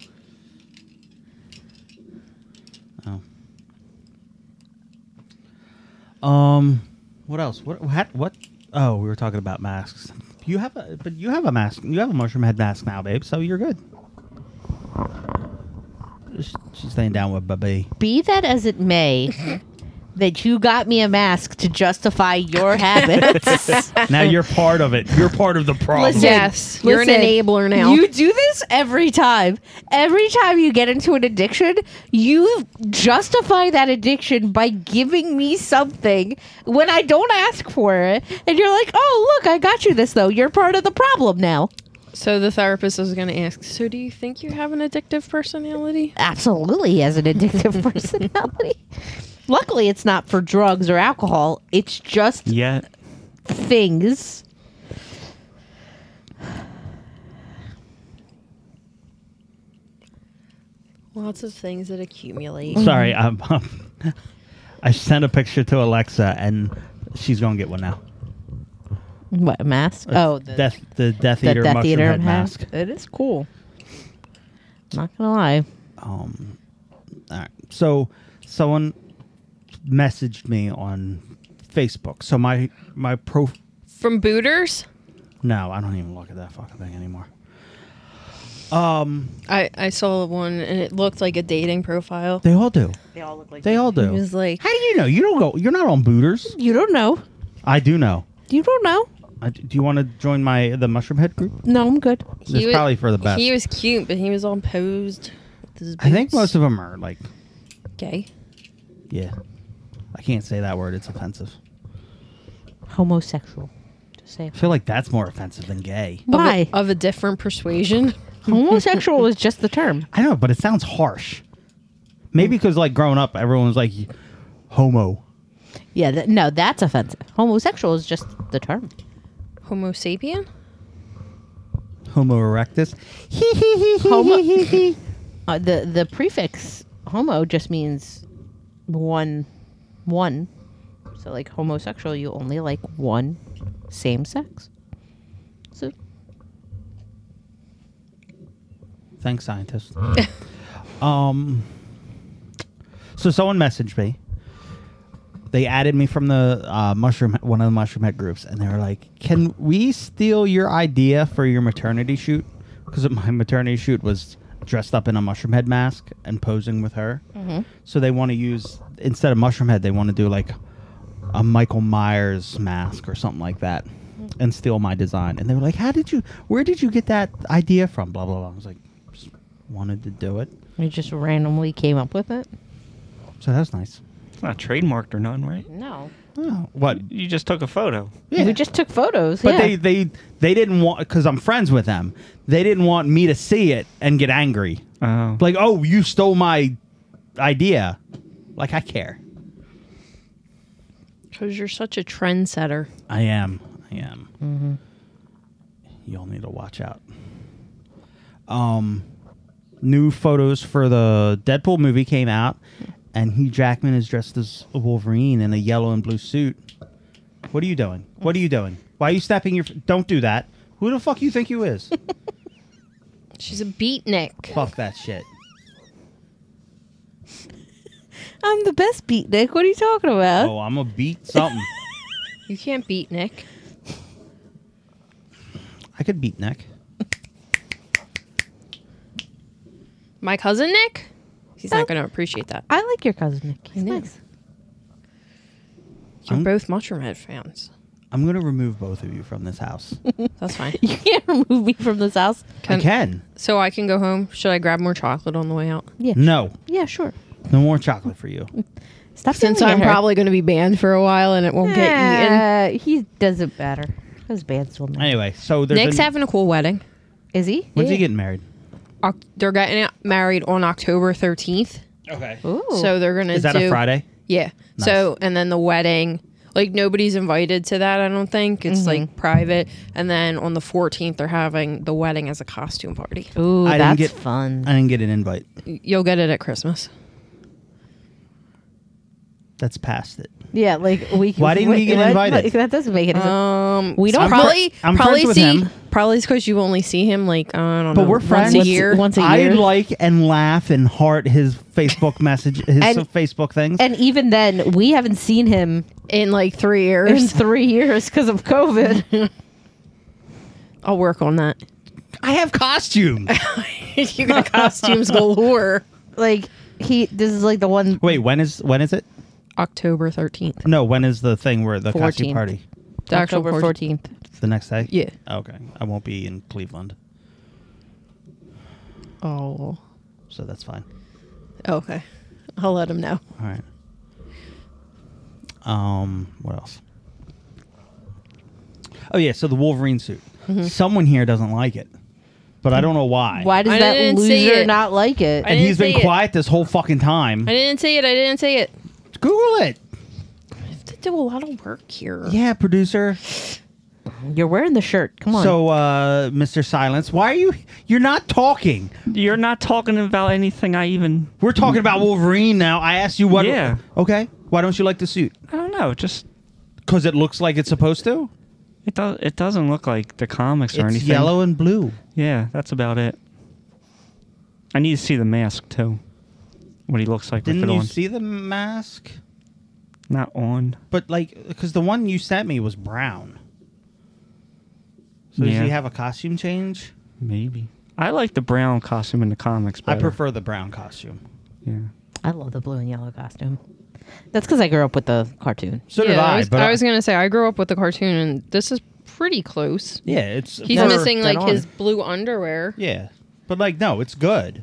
B: Um, what else? What what what? Oh, we were talking about masks. You have a but you have a mask. You have a mushroom head mask now, babe. So you're good. Sh- She's laying down with baby.
D: Be that as it may, that you got me a mask to justify your habits.
B: Now you're part of it. You're part of the problem.
D: Listen,
A: Yes, you're an enabler now.
D: You do this every time. Every time you get into an addiction, you justify that addiction by giving me something when I don't ask for it. And you're like, oh, look, I got you this, though. You're part of the problem now.
A: So the therapist is going to ask, "So do you think you have an addictive personality?"
D: Absolutely, he has an addictive personality. Luckily, it's not for drugs or alcohol, it's just
E: Yeah.
D: things.
A: Lots of things that accumulate.
B: Sorry, I'm, i I sent a picture to Alexa, and she's gonna get one now.
D: What, a mask? Oh, the
B: death the Death
D: the
B: Eater
D: Death
B: mushroom
D: Eater
B: head
D: mask.
B: mask.
D: It is cool. Not gonna lie.
B: Um, all right. So someone messaged me on Facebook. So my my pro.
A: From booters?
B: No, I don't even look at that fucking thing anymore. Um,
A: I, I saw one and it looked like a dating profile.
B: They all do. They all look like. They all
A: It
B: do.
A: was like,
B: How do you know? You don't go. You're not on Booters.
D: You don't know.
B: I do know.
D: You don't know.
B: I, do you want to join my the mushroom head group?
D: No, I'm good.
A: he
B: It's
A: was-
B: probably for the best.
A: He was cute, but he was all posed. with his
B: I think
A: boots.
B: most of them are like
A: gay.
B: Yeah. I can't say that word. It's offensive.
D: Homosexual. Just say
B: I feel like that's more offensive than gay.
A: Of a-
D: why.
A: Of a, different persuasion.
D: uh, Homosexual is just the term.
B: I know, but it sounds harsh. Maybe because, like, growing up, everyone was like, homo.
D: Yeah. That, no, that's offensive. Homosexual is just the term.
A: Homo sapien?
B: Homo erectus.
D: Homo. uh, the the prefix homo just means one, one. So like homosexual, you only like one same sex. So
B: Thanks, scientist. um, so someone messaged me. They added me from the uh, mushroom, one of the mushroom head groups, and they were like, "Can we steal your idea for your maternity shoot? Because my maternity shoot was dressed up in a mushroom head mask and posing with her. So they want to use instead of mushroom head, they want to do like a Michael Myers mask or something like that, and steal my design. And they were like, "How did you? Where did you get that idea from?" Blah blah blah. I was like, just "Wanted to do it."
D: you just randomly came up with it.
B: So that's nice.
E: It's not trademarked or none, right?
D: No,
B: Oh, what?
E: You just took a photo.
D: we just took photos.
B: But
D: yeah.
B: they they they didn't want because I'm friends with them. They didn't want me to see it and get angry.
E: Oh.
B: Like, oh, you stole my idea. Like I care.
A: Because you're such a trendsetter.
B: I am. I am. You'll need to watch out. Um, new photos for the Deadpool movie came out, and Hugh Jackman is dressed as a Wolverine in a yellow and blue suit. What are you doing? What are you doing? Why are you snapping your? F- Don't do that. Who the fuck you think you is?
A: She's a beatnik.
B: fuck that shit.
D: I'm the best beatnik. What are you talking about?
B: Oh, I'm gonna beat something.
A: You can't beat Nick.
B: I could beat Nick.
A: My cousin Nick? He's
D: Oh.
A: not going to appreciate that.
D: I like your cousin Nick. He's
A: I know.
D: nice.
A: You're
B: I'm-
A: both mushroom head fans.
B: I'm gonna remove both of you from this house.
A: That's fine.
D: You can't remove me from this house.
B: I
A: Can-
B: can.
A: So I can go home. Should I grab more chocolate on the way out?
D: Yeah.
B: No,
D: Yeah, sure.
B: no more chocolate for you.
D: Stop
A: Since
D: yelling
A: I'm
D: at her.
A: probably going to be banned for a while and it won't get eaten.
D: Uh, he doesn't matter. His band's will not.
B: Anyway, so there's
A: Nick's
B: a-
A: having a cool wedding.
D: Is he?
B: When's he
D: Yeah.
B: getting married?
A: Oc- they're getting married on October 13th.
B: Okay.
D: Ooh.
A: So they're going to
B: Is that
A: do
B: a Friday?
A: Yeah. So and then the wedding Like nobody's invited to that. I don't think it's like private. And then on the 14th, they're having the wedding as a costume party.
D: Ooh,
B: I didn't
D: that's
B: get-
D: fun.
B: I didn't get an invite.
A: You'll get it at Christmas.
B: That's past it.
C: Yeah, like we.
B: Why didn't we get
C: what?
B: invited?
C: Like, that doesn't make any sense.
A: Um,
C: We don't-
A: probably
B: I'm fr- I'm
A: probably
B: friends with
A: see
B: him.
A: probably because you only see him like I don't
B: But
A: know
B: we're friends.
A: once a year.
C: Once a
B: I
C: year.
B: like and laugh and heart his Facebook message, his
C: And-
B: Facebook things.
C: and even then, we haven't seen him
A: in like three
C: in
A: years.
C: three years because of COVID.
A: I'll work on that.
B: I have costumes.
A: you got costumes galore.
C: like he, this is like the one.
B: Wait, when is when is it?
A: October 13th.
B: No, when is the thing where the costume
C: 14th.
B: party?
A: The actual
D: October
A: party.
D: fourteenth.
B: It's the next day. Oh,
A: Yeah.
B: Okay, I won't be in Cleveland,
A: Oh,
B: so that's fine.
A: okay. I'll let him know.
B: All right. Um, what else? Oh yeah, so the Wolverine suit. Someone here doesn't like it, but I don't know why.
C: Why does
A: I
C: that
A: didn't see
C: loser
A: it.
C: not like it?
A: I-
B: And he's
A: didn't
B: been
A: see it.
B: quiet this whole fucking time.
A: I didn't say it. I didn't say it.
B: Google it.
A: I have to do a lot of work here.
B: Yeah, producer.
C: You're wearing the shirt. Come on.
B: So, uh, Mr. Silence, why are you? You're not talking.
E: You're not talking about anything I even.
B: We're talking about Wolverine now. I asked you what.
E: Yeah.
B: Okay. Why don't you like the suit?
E: I don't know. Just
B: Because it looks like it's supposed to.
E: it does. It doesn't look like the comics or
B: it's
E: anything.
B: yellow and blue.
E: Yeah, that's about it. I need to see the mask too. What he looks like
B: Didn't
E: with it
B: you
E: on.
B: see the mask?
E: Not on.
B: But like, because the one you sent me was brown. So
E: Yeah.
B: does he have a costume change?
E: Maybe. I like the brown costume in the comics.
B: I
E: Better.
B: prefer the brown costume.
E: Yeah.
D: I love the blue and yellow costume. That's because I grew up with the cartoon.
B: So did I.
A: was,
B: but
A: I was gonna say I grew up with the cartoon, and this is pretty close.
B: yeah, it's
A: He's
B: for-
A: missing
D: dead
A: like
D: on.
A: his blue underwear.
B: Yeah, but like, no, it's good.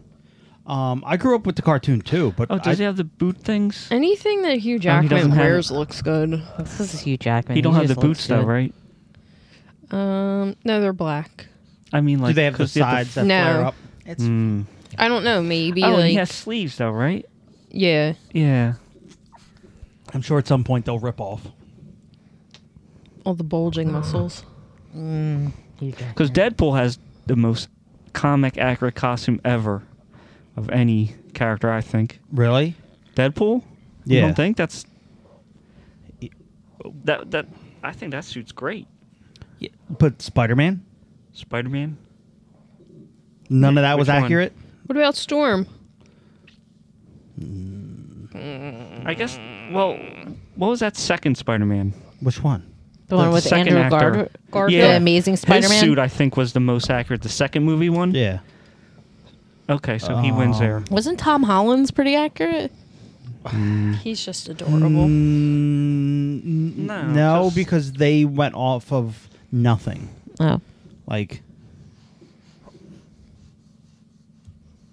B: Um, I grew up with the cartoon too, but
E: Oh, does he
B: I,
E: have the boot things?
A: Anything that Hugh
E: he doesn't
A: Jackman
E: have
A: wears
E: it.
A: looks good.
D: This is Hugh Jackman.
E: He don't have the
D: just looks
E: boots though,
D: good.
E: right?
A: Um, no, they're black.
E: I mean, like
B: do they have the
E: 'cause you
B: sides that
A: No.
B: flare up? It's
E: Mm.
A: I don't know. Maybe
E: Oh, and
A: like
E: he has sleeves though, right?
A: yeah.
E: Yeah.
B: I'm sure at some point they'll rip off.
A: All the bulging muscles.
D: Hugh Jackman.
E: Because Deadpool has the most comic accurate costume ever of any character, I think.
B: Really?
E: Deadpool? You
B: Yeah.
E: don't think that's that that I think that suit's great.
B: But Spider Man,
E: Spider Man.
B: none of that
E: Which
B: was
E: one?
B: accurate.
A: What about Storm?
E: I guess well what was that second Spider Man?
B: Which one?
D: The one with
E: second
D: Andrew
E: actor.
D: Gar-
A: Garfield.
E: Yeah.
D: The Amazing Spider-Man.
E: His suit I think was the most accurate. The second movie one?
B: Yeah.
E: Okay, so he
D: Oh.
E: wins there.
D: Wasn't Tom Holland's pretty accurate?
A: He's just adorable.
B: Mm,
E: No,
B: no, no
E: 'cause-
B: because they went off of nothing.
D: Oh.
B: Like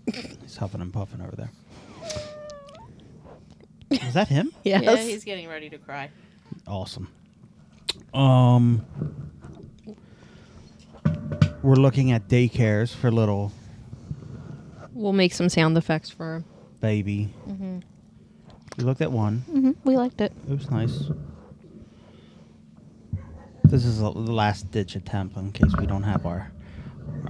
B: he's huffing and puffing over there. Is that him?
A: Yes.
D: getting ready to cry.
B: Awesome. Um, we're looking at daycares for little
A: we'll make some sound effects for him.
B: baby.
D: Mm-hmm.
B: We looked at one.
C: Mhm, we liked it.
B: It was nice. This is the last ditch attempt in case we don't have our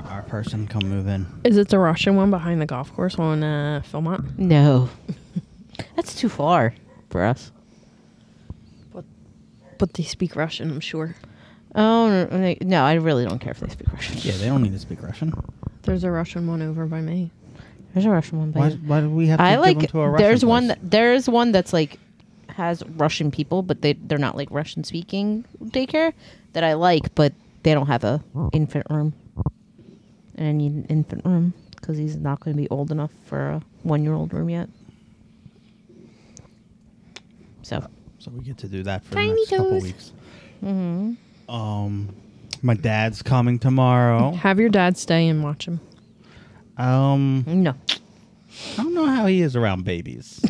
B: our person come move in.
A: Is it the Russian one behind the golf course on uh, Philmont?
D: No. That's too far for us.
A: But they speak Russian, I'm sure.
D: Oh, no, no, I really don't care if they speak Russian.
B: Yeah, they don't need to speak Russian.
A: There's a Russian one over by me.
D: There's a Russian one.
B: Why,
D: But
B: why do we have to
D: I
B: give them
D: like,
B: to a Russian
D: there's one,
B: place?
D: that, there's one that's like, has Russian people, but they, they're not like Russian speaking daycare that I like, but they don't have a infant room. And I need an infant room because he's not going to be old enough for a one year old room yet. So,
B: so we get to do that for the next couple weeks.
D: hmm
B: Um, my dad's coming tomorrow.
A: Have your dad stay and watch him.
B: Um,
D: no,
B: I don't know how he is around babies.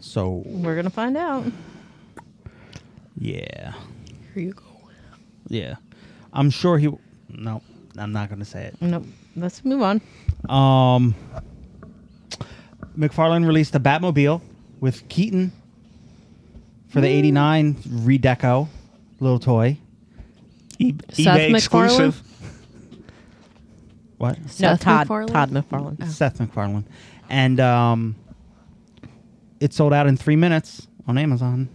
B: so
D: we're going to find out.
B: yeah,
A: Here you go.
B: yeah, I'm sure he. No, I'm not gonna say it.
D: Nope. Let's move on.
B: Um, McFarlane released the Batmobile with Keaton. for the 89 redeco little toy.
E: E-
A: Seth
E: eBay exclusive.
B: What?
G: No,
A: Seth
G: Todd.
A: MacFarlane?
G: Todd
D: Oh.
G: McFarlane.
B: Seth MacFarlane. And um, it sold out in three minutes on Amazon.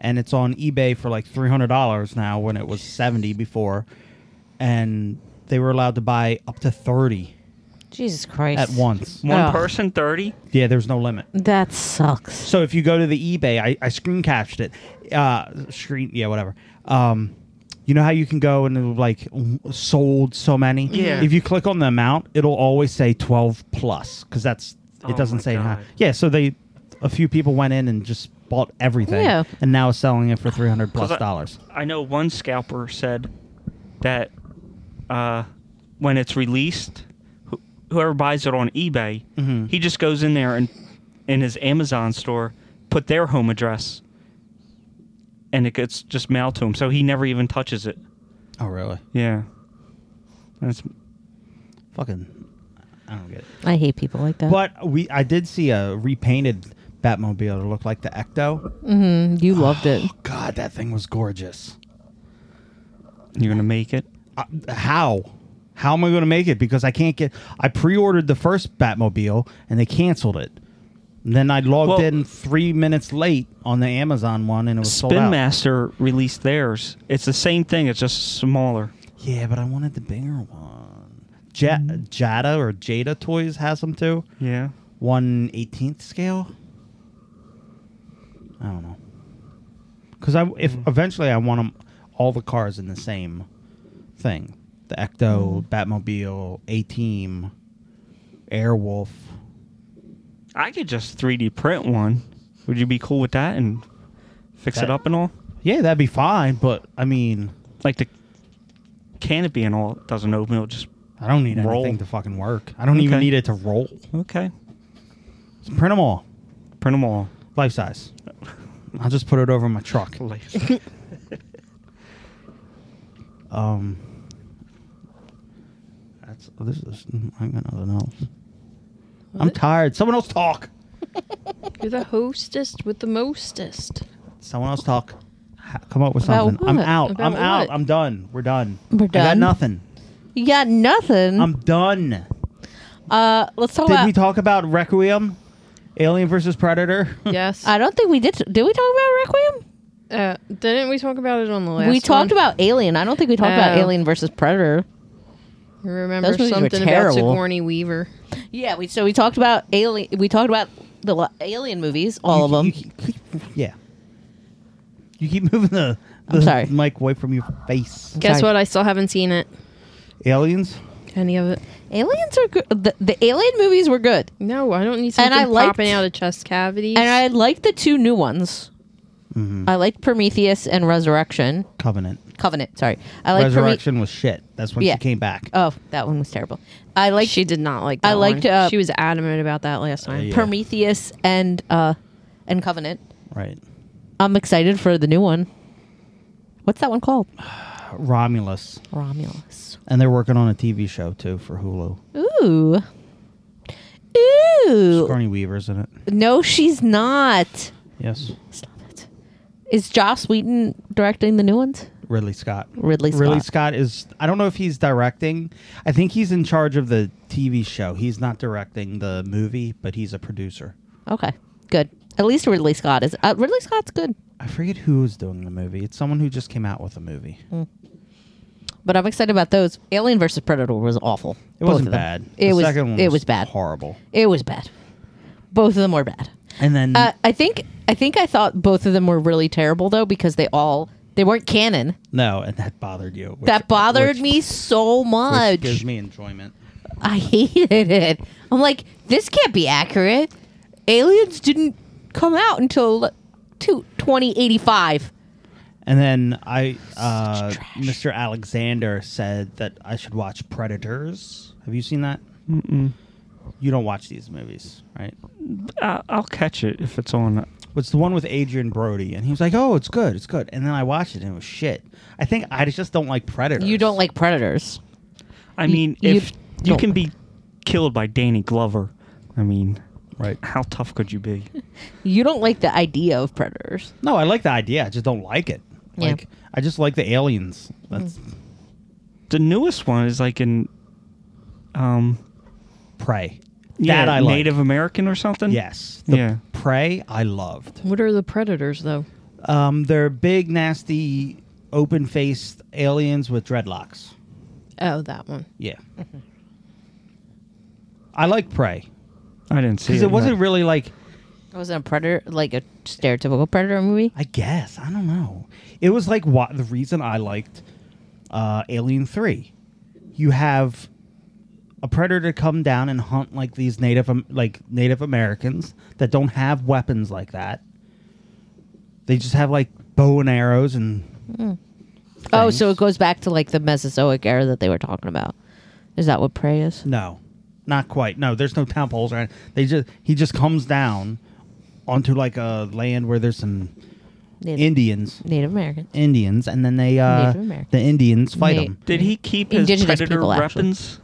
B: And it's on eBay for like $300 now when it was 70 before. And they were allowed to buy up to 30
D: Jesus Christ.
B: at once.
E: One
D: Oh.
E: person, 30?
B: Yeah, there's no limit.
D: That sucks.
B: So if you go to the eBay, I, I screen captured it. Uh, screen, yeah, whatever. Um, you know how you can go and it'll, like w- sold so many.
E: Yeah.
B: If you click on the amount, it'll always say twelve plus because that's it
E: Oh
B: doesn't
E: my
B: say how.
E: God.
B: Yeah. So they, a few people went in and just bought everything.
D: Yeah.
B: And now it's selling it for three hundred plus
E: 'Cause I-
B: dollars.
E: I know one scalper said that uh, when it's released, wh- whoever buys it on eBay, he just goes in there and in his Amazon store, put their home address, and it gets just mailed to him. So he never even touches it.
B: Oh really?
E: Yeah, that's
B: Fucking, I don't get it.
D: I hate people like that.
B: But we, I did see a repainted Batmobile to look like the Ecto.
D: You loved it.
B: God, that thing was gorgeous.
E: you're gonna make it.
B: uh, how how am i going to make it because i can't get i pre-ordered the first batmobile and they canceled it and then i logged
E: Well-
B: in three minutes late on the amazon one and it was sold
E: Spin
B: out
E: Master released theirs. It's the same thing. It's just smaller.
B: yeah but i wanted the bigger one Ja- jada or jada toys has them too
E: Yeah.
B: 1 18th scale i don't know because i if
E: Mm-hmm.
B: eventually i want 'em- all the cars in the same thing the ecto
E: Mm-hmm.
B: batmobile a team airwolf
E: I could just 3D print one. Would you be cool with that and fix
B: That-
E: it up and all?
B: yeah that'd be fine but i mean
E: Like the canopy and all doesn't open. It'll just
B: i don't need
E: Roll.
B: anything to fucking work i don't even
E: Okay.
B: need it to roll
E: okay.
B: Just print them all
E: Print them all.
B: life size i'll just put it over my truck Um, that's oh, this is. hmm, I got nothing else. I'm tired. Someone else talk.
A: You're the hostest with the mostest.
B: Someone else talk. Ha- Come up with
D: About
B: something. I'm
D: what?
B: out.
A: About
B: I'm out.
A: what?
B: I'm done. We're done.
D: We're
B: I got
D: done? Mm.
B: nothing.
D: You got nothing.
B: I'm done.
D: uh, let's talk
B: Did
D: about.
B: we talk about Requiem, Alien versus Predator?
A: Yes.
D: Hmm. I don't think we did. Did we talk about Requiem?
A: uh, didn't we talk about it on the last?
D: we talked
A: one?
D: about Alien. I don't think we talked about
A: Oh.
D: Alien versus Predator.
A: You Remember
D: Those movies were
A: something about
D: terrible.
A: Sigourney Weaver?
D: Yeah. We so we talked about Alien. We talked about the la- Alien movies, all of them.
B: You keep- keep- yeah. You keep moving the,
D: I'm
B: the
D: sorry.
B: mic away from your face.
A: Guess
D: Sorry.
A: what? I still haven't seen it.
B: Aliens.
A: Any of it?
D: Aliens are good. The, the Alien movies were good,
A: No, I don't need something
D: I liked-
A: popping out of chest cavities.
D: and I liked the two new ones.
B: Mm-hmm.
D: I liked Prometheus and Resurrection,
B: Covenant.
D: Covenant. Sorry, I liked Prome-
B: Resurrection was shit. That's when
D: Yeah.
B: she came back.
D: oh, that one was terrible. I liked
A: she did not like. That
D: I liked,
A: one.
D: uh,
A: she was adamant about that last time.
B: yeah.
D: Prometheus and uh and Covenant.
B: right.
D: I'm excited for the new one. What's that one called?
B: Romulus.
D: Romulus.
B: And they're working on a TV show too for Hulu.
D: Ooh. Ooh.
B: Sigourney Weaver's in it.
D: No, she's not.
B: Yes.
D: Stop it. Is Joss Wheaton directing the new ones?
B: Ridley Scott.
D: Ridley Scott.
B: Ridley Scott is. I don't know if he's directing. I think he's in charge of the TV show. He's not directing the movie, but he's a producer.
D: Okay. Good. At least Ridley Scott is. Uh, Ridley Scott's good,
B: I forget who is doing the movie. It's someone who just came out with a movie.
D: Mm. but I'm excited about those. Alien versus Predator was awful.
B: It
D: Both
B: wasn't
D: of them.
B: bad.
D: It
B: the
D: was.
B: Second one
D: it was bad.
B: Horrible.
D: It was bad. Both of them were bad.
B: And then
D: Uh, I think I think I thought both of them were really terrible though because they all they weren't canon.
B: no, and that bothered you. which-
D: That bothered
B: which-
D: me so
B: Which
D: much.
B: gives me enjoyment.
D: I hated it. I'm like, this can't be accurate. Aliens didn't come out until two, 2085.
B: And then I, uh, Mr. Alexander said that I should watch Predators. Have you seen that? Mm-mm. You don't watch these movies, right?
E: I- I'll catch it if it's on.
B: It's the one with Adrian Brody, and he was like, "Oh, it's good, it's good." And then I watched it, and it was shit. I think I just don't like Predators.
D: You don't like predators.
E: I mean,
D: you
E: if you
D: don't-
E: can be killed by Danny Glover, I mean,
B: Right.
E: How tough could you be?
D: You don't like the idea of predators.
B: No, I like the idea. I just don't like it.
H: Yeah.
B: Like I just like the aliens. That's
D: Mm.
E: The newest one is like in, um,
B: prey.
E: yeah,
B: that I like.
E: Native American or something.
B: Yes. The
E: Yeah.
B: prey I loved.
A: What are the predators though?
B: Um, they're big, nasty, open-faced aliens with dreadlocks.
A: Oh, that one.
B: Yeah. I like prey
E: I didn't see
B: because
E: it.
B: it wasn't
E: but-
B: really like
D: Was it a predator like a stereotypical predator movie?
B: I guess I don't know. It was like what the reason I liked uh, Alien Three. You have a predator come down and hunt like these native Am- like Native Americans that don't have weapons like that. They just have like bow and arrows and
D: Oh,
B: things.
D: so it goes back to like the Mesozoic era that they were talking about. Is that what prey is?
B: No, not quite. No, there's no town poles. Right? They just he just comes down onto like a land where there's some
D: Native,
B: Indians,
D: Native American.
B: Indians, and then they uh,
D: Native Americans.
B: the Indians fight
D: Na-
B: them.
E: Did he keep his
D: Indigenous
E: predator
D: people, actually.
E: weapons?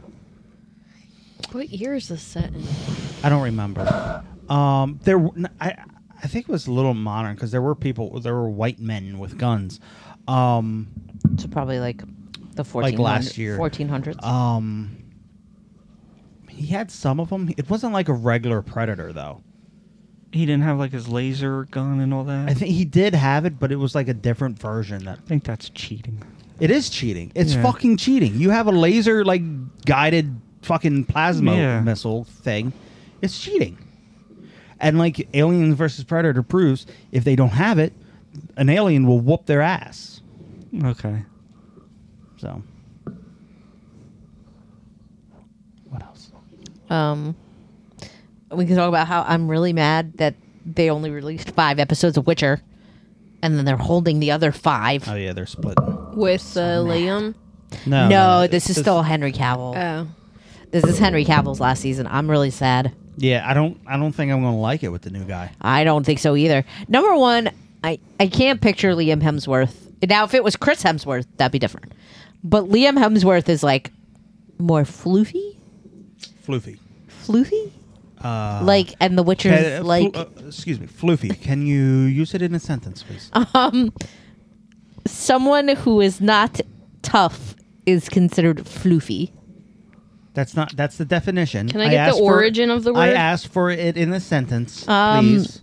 A: What year is this set in?
B: I don't remember. Um, there, w- n- I, I think it was a little modern because there were people, there were white men with guns. Um,
D: So probably like the 1400s.
B: last year.
D: 1400s.
B: um, he had some of them. It wasn't like a regular predator though.
E: He didn't have like his laser gun and all that.
B: I think he did have it, but it was like a different version that
E: I think that's cheating.
B: It is cheating. It's
E: Yeah.
B: fucking cheating. You have a laser like guided fucking plasma
E: Yeah.
B: missile thing. It's cheating. And like Alien versus Predator proves, if they don't have it, an alien will whoop their ass.
E: Okay.
B: So what else?
D: Um, we can talk about how I'm really mad that they only released five episodes of Witcher, and then they're holding the other five.
B: Oh yeah, they're splitting.
A: With uh, Liam.
B: No,
D: no, this is still Henry Cavill.
A: Oh.
D: this is Henry Cavill's last season. I'm really sad.
B: Yeah, I don't. I don't think I'm gonna like it with the new guy.
D: I don't think so either. Number one, I I can't picture Liam Hemsworth. Now, if it was Chris Hemsworth, that'd be different. But Liam Hemsworth is like more floofy,
B: Floofy.
D: floofy,
B: Uh,
D: like, and The Witcher's
B: uh, flo-
D: like
B: uh, excuse me, floofy. Can you use it in a sentence, please?
D: someone who is not tough is considered floofy.
B: That's not. That's the definition.
A: Can I get the
B: asked for-
A: origin of the
B: I
A: word?
B: asked for it in a sentence,
D: Um,
B: please.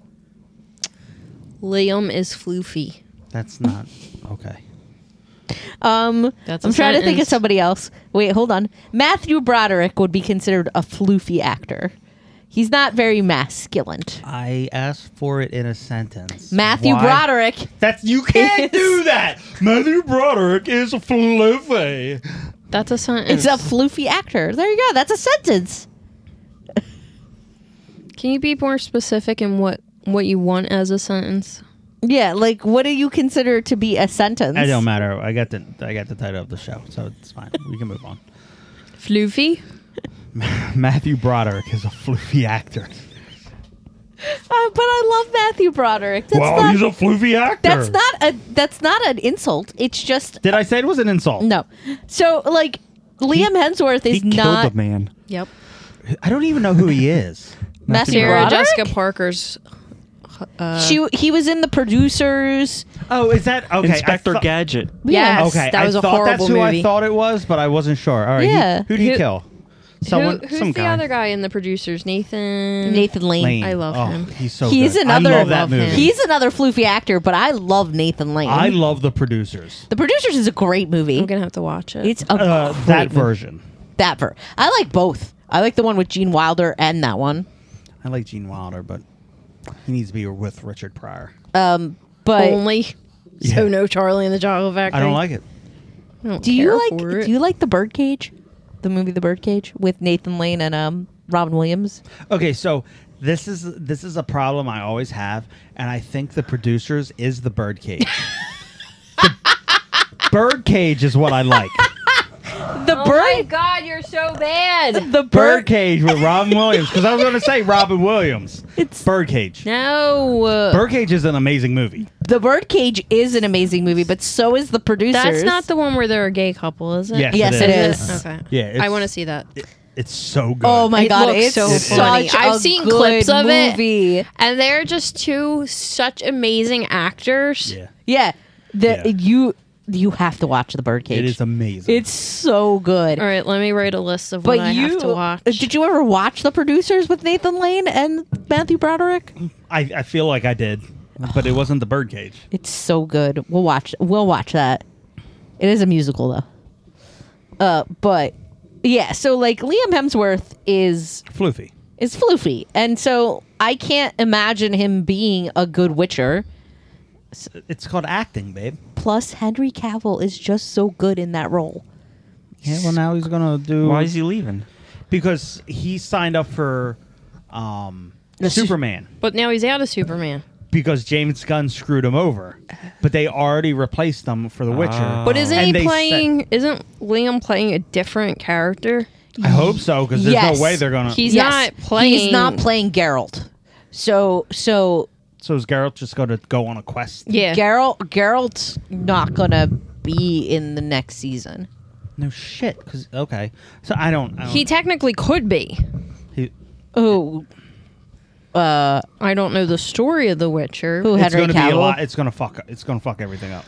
A: Liam is floofy.
B: That's not okay.
D: Um,
A: That's
D: I'm
A: a
D: trying to think of
A: sentence.
D: somebody else. Wait, hold on. Matthew Broderick would be considered a floofy actor. He's not very masculine.
B: I asked for it in a sentence.
D: Matthew
B: Why-
D: Broderick.
B: That's you can't
D: is-
B: do that. Matthew Broderick is floofy.
A: That's a sentence.
D: It's a floofy actor. There you go. That's a sentence.
A: Can you be more specific in what what you want as a sentence?
D: Yeah, like what do you consider to be a sentence?
B: It don't matter. I got the I got the title of the show, so it's fine. We can move on.
A: Floofy.
B: Matthew Broderick is a floofy actor.
D: Uh, but I love Matthew Broderick. That's
B: well,
D: not
B: he's a floofy actor.
D: that's not a that's not an insult. It's just
B: Did I say it was an insult?
D: no. So like Liam Hemsworth
E: He
D: is
E: killed
D: not
E: a man.
A: Yep.
B: I don't even know who he is.
D: Matthew
A: Sarah
D: Broderick.
A: Jessica Parker's. Uh,
D: She he was in the producers.
B: Oh, is that okay? I
E: Inspector
B: thought-
E: Gadget.
A: yes,
B: Okay,
A: that was
B: I
A: a
B: thought
A: horrible
B: that's who
A: movie.
B: I thought it was, but I wasn't sure. All right,
D: Yeah.
B: who, who did he
A: Who-
B: kill?
A: Who,
B: Someone,
A: who's
B: some
A: the
B: guy.
A: other guy in the producers? Nathan.
D: Nathan Lane.
B: Lane.
A: I love
B: Oh,
A: him.
B: He's so
D: He's
B: good.
D: another
B: I love that
A: Love him.
B: movie.
D: He's another floofy actor, but I love Nathan Lane.
B: I love the producers.
D: the producers is a great movie.
A: I'm gonna have to watch it.
D: it's a
B: Uh,
D: great
B: that
D: movie.
B: version.
D: That ver. I like both. I like the one with Gene Wilder and that one.
B: I like Gene Wilder, but he needs to be with Richard Pryor.
D: Um, but
A: only. So
B: Yeah.
A: no Charlie and the Chocolate Factory.
B: I don't like it.
A: I don't
D: do you
A: care
D: like
A: for it.
D: do you like the Birdcage, the movie The Birdcage with Nathan Lane and um Robin Williams?
B: Okay, so this is this is a problem I always have, and I think the producers is the birdcage. the birdcage is what I like.
D: The
A: Oh my
D: bird,
A: God, you're so bad.
D: the bird.
B: Birdcage with Robin Williams, because I was going to say Robin Williams.
D: It's-
B: Birdcage.
A: No.
B: Birdcage is an amazing movie.
D: The Birdcage is an amazing movie, but so is the producers.
A: That's not the one where they're a gay couple, is it?
B: Yes,
D: Yes,
B: it
D: it
B: is.
D: is.
A: Okay.
B: Yeah, it's-
A: I want to see that.
B: It's so good.
D: Oh my
A: It
D: god,
A: looks
D: it's
A: so
D: so
A: funny.
D: funny.
I: I've seen clips of it. And they're just two such amazing actors.
B: yeah,
D: Yeah, the
B: Yeah.
D: you
J: You have to watch The Birdcage.
B: it is amazing.
D: it's so good.
I: All right, let me write a list of what
D: But
I: I
D: you
I: have to watch.
D: did you ever watch The Producers with Nathan Lane and Matthew Broderick?
B: I, I feel like I did, but it wasn't the birdcage.
D: It's so good. We'll watch. We'll watch that. It is a musical though. Uh, but yeah. So like Liam Hemsworth is
B: Floofy.
D: is floofy, and so I can't imagine him being a good Witcher.
B: It's called acting, babe.
D: Plus, Henry Cavill is just so good in that role.
B: Yeah. Well, now he's gonna do.
E: Why is he leaving?
B: Because he signed up for um,
D: The su-
B: Superman.
A: But now he's out of Superman.
B: because James Gunn screwed him over, but they already replaced him for The Witcher.
E: Ah.
A: But isn't
B: Uh, And they
A: he
B: said-
A: playing? isn't Liam playing a different character?
B: I hope so because there's
D: Yes.
B: no way they're gonna.
A: He's not playing.
D: He's not playing Geralt. So so
B: so is Geralt just gonna go on a quest?
A: Yeah.
D: Geralt Geralt's not gonna be in the next season.
B: No shit. 'cause- okay, so I don't. I don't
A: He technically could be.
B: he-
A: Oh.
D: Who uh
A: I don't know the story of The Witcher.
D: who
B: it's
D: Henry
B: gonna be a
D: Cavill?
B: lot. It's gonna fuck. It's gonna fuck everything up.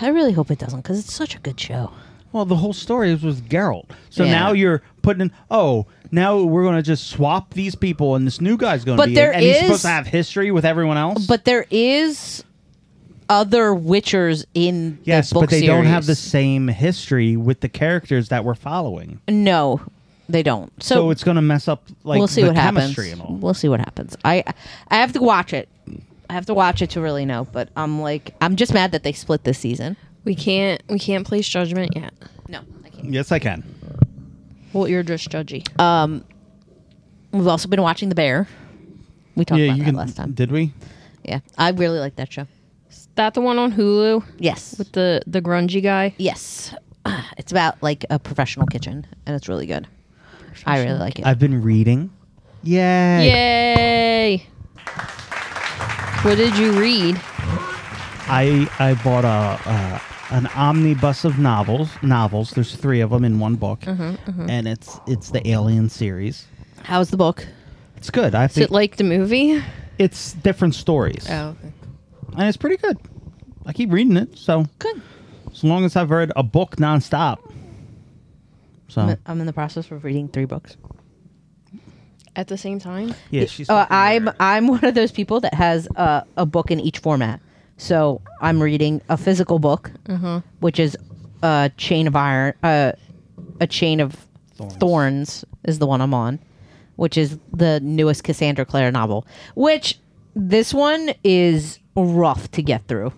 D: I really hope it doesn't because it's such a good show.
B: Well, the whole story is with Geralt. So
D: Yeah.
B: now you're putting in. Oh, now we're gonna just swap these people, and this new guy's gonna
D: But
B: be.
D: there
B: in, and he's
D: is-
B: supposed to have history with everyone else.
D: But there is other Witchers in
B: yes,
D: the book
B: but they don't have the
D: series.
B: same history with the characters that we're following.
D: No, they don't. So,
B: So, it's gonna mess up like
D: we'll see
B: the
D: what happens.
B: chemistry and all.
D: We'll see what happens. I I have to watch it. I have to watch it to really know. But I'm like I'm just mad that they split this season.
A: we can't. We can't place judgment yet.
D: No, I can't.
B: Yes, I can.
A: Well, you're just judgy.
D: Um, we've also been watching The Bear. We talked about that last time.
B: Did we?
D: Yeah, I really like that show.
A: Is that the one on Hulu?
D: Yes,
A: With the the grungy guy.
D: yes. It's about like a professional kitchen, and it's really good. I really like it.
B: I've been reading. Yay!
A: Yay! What did you read?
B: I I bought a uh, an omnibus of novels. Novels. There's three of them in one book,
A: Mm-hmm,
B: and it's it's the Alien series.
D: How's the book?
B: It's good. I
A: Is it
B: think
A: like the movie?
B: it's different stories,
A: okay.
B: and it's pretty good. I keep reading it, so
D: Good.
B: as long as I've read a book nonstop. So
D: I'm, I'm in the process of reading three books.
A: At the same time?
B: yeah, she's.
D: Uh,
B: fucking
D: I'm
B: weird.
D: I'm one of those people that has uh, a book in each format. So I'm reading a physical book, which is a chain of iron, uh, a chain of
B: Thorns.
D: thorns. is the one I'm on, which is the newest Cassandra Clare novel. Which this one is rough to get through.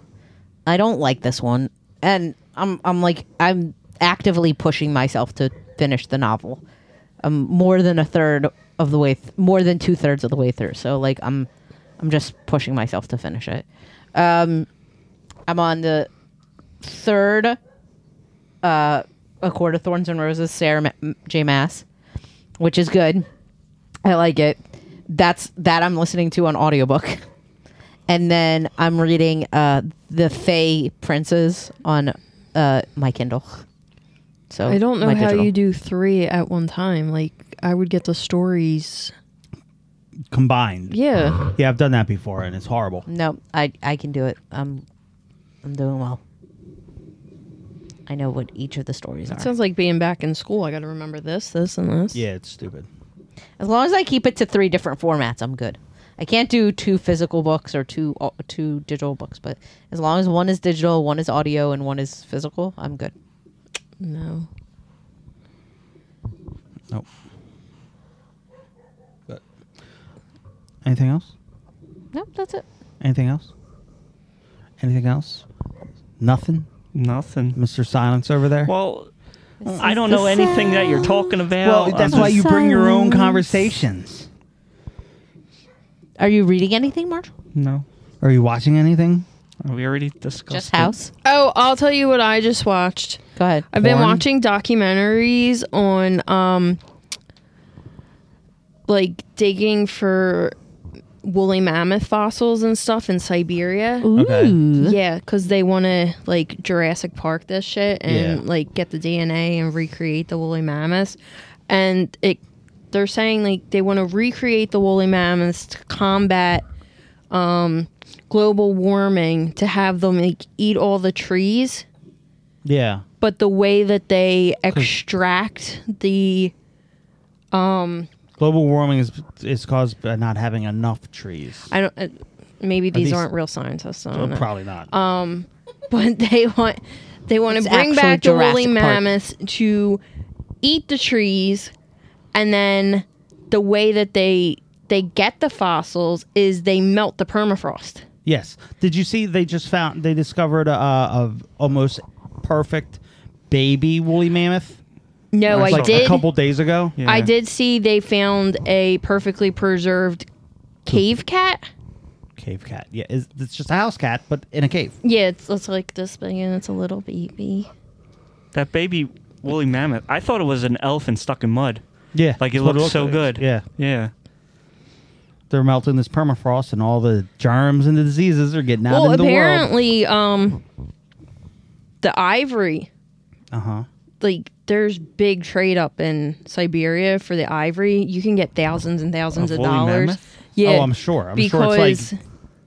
D: I don't like this one, and I'm I'm like I'm actively pushing myself to finish the novel. I'm more than a third of the way, th- more than two thirds of the way through. So like I'm, I'm just pushing myself to finish it. Um, I'm on the third, uh, a court of thorns and roses, Sarah Ma- M- J. Mass, which is good. I like it. That's that I'm listening to on audiobook. And then I'm reading uh, the Fae Princes on uh, my Kindle. So
A: I don't know
D: Oh, my
A: how
D: digital.
A: you do three at one time. Like, I would get the stories.
B: combined.
A: Yeah.
B: Yeah, I've done that before, and it's horrible.
D: No, I I can do it. I'm I'm doing well. I know what each of the stories are.
A: Sounds like being back in school. I got to remember this, this, and this.
B: Yeah, it's stupid.
D: as long as I keep it to three different formats, I'm good. I can't do two physical books or two au- two digital books, but as long as one is digital, one is audio, and one is physical, I'm good.
A: No.
B: Nope. But anything else?
D: Nope, that's it.
B: Anything else? Anything else? Nothing,
E: Nothing.
B: Mister Silence over there.
E: Well, I don't know anything that you're talking about.
B: Well, that's
E: I'm
B: why
E: just-
B: you bring your own conversations.
D: Are you reading anything, Marshall?
E: No,
B: Are you watching anything?
E: we already discussed.
D: Just
E: it.
D: House.
A: Oh, I'll tell you what I just watched.
D: Go ahead.
A: I've been
B: Porn?
A: watching documentaries on um like digging for woolly mammoth fossils and stuff in Siberia.
B: Okay.
D: Hmm. Mm,
C: Ooh.
A: Yeah, because they want to like Jurassic Park this shit and
B: Yeah.
A: like get the DNA and recreate the woolly mammoths, and it they're saying like they want to recreate the woolly mammoths to combat um, global warming to have them like eat all the trees,
B: Yeah.
A: but the way that they extract the
B: Global warming is is caused by not having enough trees.
A: I don't uh, maybe these,
B: these-
A: aren't real scientists. I
B: Well,
A: don't know.
B: probably not.
A: but they want they want
C: It's
A: to bring
C: actually
A: back the woolly
C: Jurassic Park.
A: mammoths to eat the trees and then the way that they they get the fossils is they melt the permafrost
B: yes. Did you see? They just found they discovered a, a almost perfect baby woolly mammoth.
A: no i
B: like
A: did
B: a couple days ago.
E: Yeah.
A: i did see they found a perfectly preserved cave cat
B: Cave cat. Yeah, it's, it's just a house cat, but in a cave.
A: yeah it's, it's like this big and it's a little baby
E: That baby woolly mammoth. I thought it was an elephant stuck in mud.
B: Yeah,
E: Like it
B: that's what
E: looked so
B: like.
E: good.
B: Yeah,
E: Yeah.
B: they're melting this permafrost, and all the germs and the diseases are getting out
A: well
B: in the world.
A: apparently um the ivory
B: Uh huh.
A: like there's big trade up in Siberia for the ivory. You can get thousands and thousands
E: Of
A: of,
E: woolly
A: dollars.
E: mammoth?
A: Yeah.
B: Oh, I'm sure. I'm sure it's
A: because-
B: like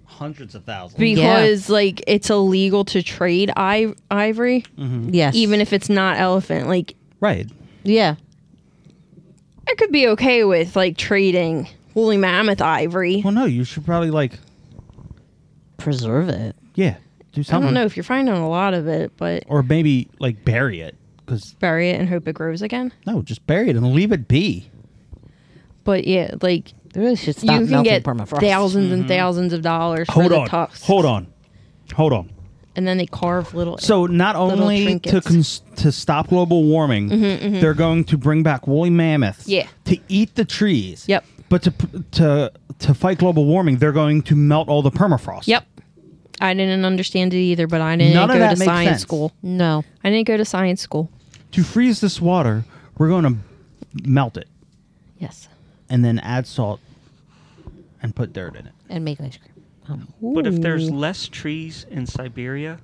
B: hundreds of thousands.
A: Because like it's illegal to trade I- ivory,
B: Mm.
C: Yes.
A: even if it's not elephant. Like
B: right.
C: yeah.
A: I could be okay with like trading woolly mammoth ivory.
B: Well, no, you should probably like
C: Preserve it.
B: yeah, do
A: I
B: something.
A: don't know if you're finding a lot of it, but
B: Or maybe like bury it, because
A: bury it and hope it grows again.
B: no, just bury it and leave it be.
A: But yeah, like
C: They really should stop
A: you can
C: melting
A: get
C: permafrost.
A: 1000s and thousands of dollars
B: Hold
A: for
B: on.
A: the tusks.
B: Hold on. Hold on.
A: And then they carve little
B: So not
A: Little
B: only to
A: trinkets. Mm-hmm,
B: cons- to stop global warming, they're going to bring back woolly mammoths.
A: Yeah.
B: To eat the trees.
A: Yep.
B: But to p- to to fight global warming, they're going to melt all the permafrost.
A: Yep. I didn't understand it either, but I didn't
B: None of
A: go
B: that
A: to
B: makes
A: science
B: sense.
A: school.
C: no.
A: I didn't go to science school.
B: To freeze this water, we're going to melt it
A: Yes.
B: and then add salt and put dirt in it.
C: And make ice cream.
D: Um,
E: But if there's less trees in Siberia,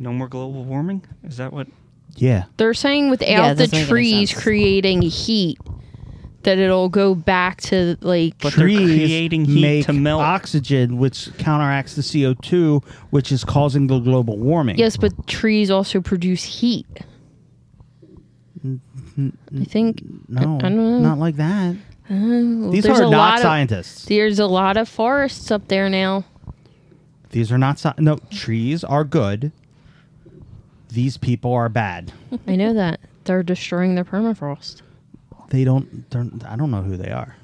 E: no more global warming? Is that what
B: Yeah.
A: They're saying without
C: Yeah, it
A: the
C: doesn't make any
A: trees
C: sense.
A: creating heat that it'll go back to like
E: But they're creating heat
B: make
E: to melt.
B: oxygen, which counteracts the CO two, which is causing the global warming.
A: Yes, but trees also produce heat. I think
B: No.
A: I don't know.
B: Not like that.
A: uh,
B: These
A: there's
B: are
A: a
B: not
A: lot
B: scientists.
A: Of, there's a lot of forests up there now.
B: These are not si- no trees are good. These people are bad.
A: I know that they're destroying their permafrost.
B: They don't. They're, I don't know who they are.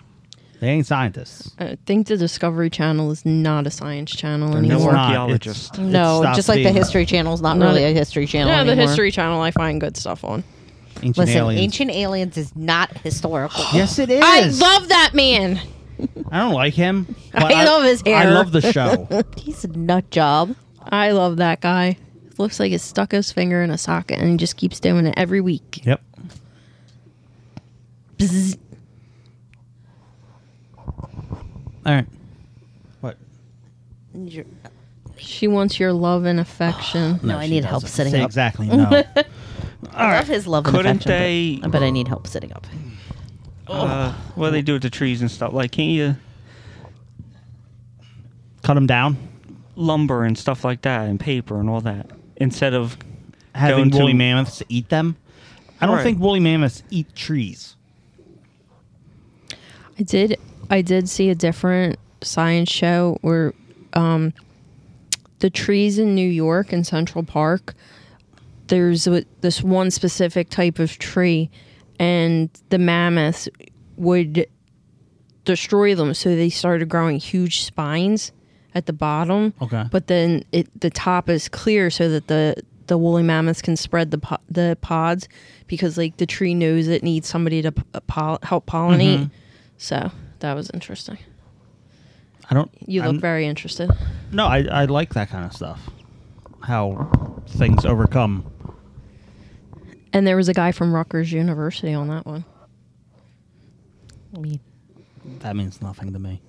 B: They ain't scientists.
A: I think the Discovery Channel is not a science channel
E: no
A: anymore.
B: It's not.
E: archaeologists.
B: It's- it
C: No,
B: stopped
C: just like the
B: being
C: History Channel's not
A: No,
C: really
A: the-
C: a History Channel.
A: Yeah, the
C: anymore.
A: History Channel. I find good stuff on.
B: Ancient
C: Listen,
B: aliens.
C: Ancient Aliens is not historical.
B: Yes, it is.
A: I love that man.
B: I don't like him. but
A: I love his
B: I
A: hair.
B: love the show.
C: He's a nut job.
A: I love that guy. Looks like it stuck his finger in a socket and he just keeps doing it every week.
B: yep.
A: Bzzz.
B: All right. What?
A: She wants your love and affection.
C: No, I
B: she
C: need help
B: doesn't.
C: sitting
B: Say
C: up.
B: Exactly. No.
C: I love his love and
E: Couldn't
C: affection,
E: they-
C: but, but I need help sitting up.
E: Uh, well, they do with the trees and stuff. Like, can't you
B: Cut him down.
E: lumber and stuff like that and paper and all that instead of
B: Having
E: Going to-
B: woolly mammoths eat them. I don't
E: Right.
B: think woolly mammoths eat trees.
A: I did. I did see a different science show where um, the trees in New York in Central Park. There's a, this one specific type of tree, and the mammoths would destroy them. So they started growing huge spines at the bottom.
B: Okay.
A: But then it the top is clear so that the the woolly mammoths can spread the po- the pods because like the tree knows it needs somebody to p- uh, pol- help pollinate.
B: Mm-hmm.
A: So that was interesting.
B: I don't.
A: You look
B: I'm-
A: very interested.
B: No, I, I like that kind of stuff. How things overcome.
A: And there was a guy from Rutgers University on that one.
C: I mean,
B: That means nothing to me.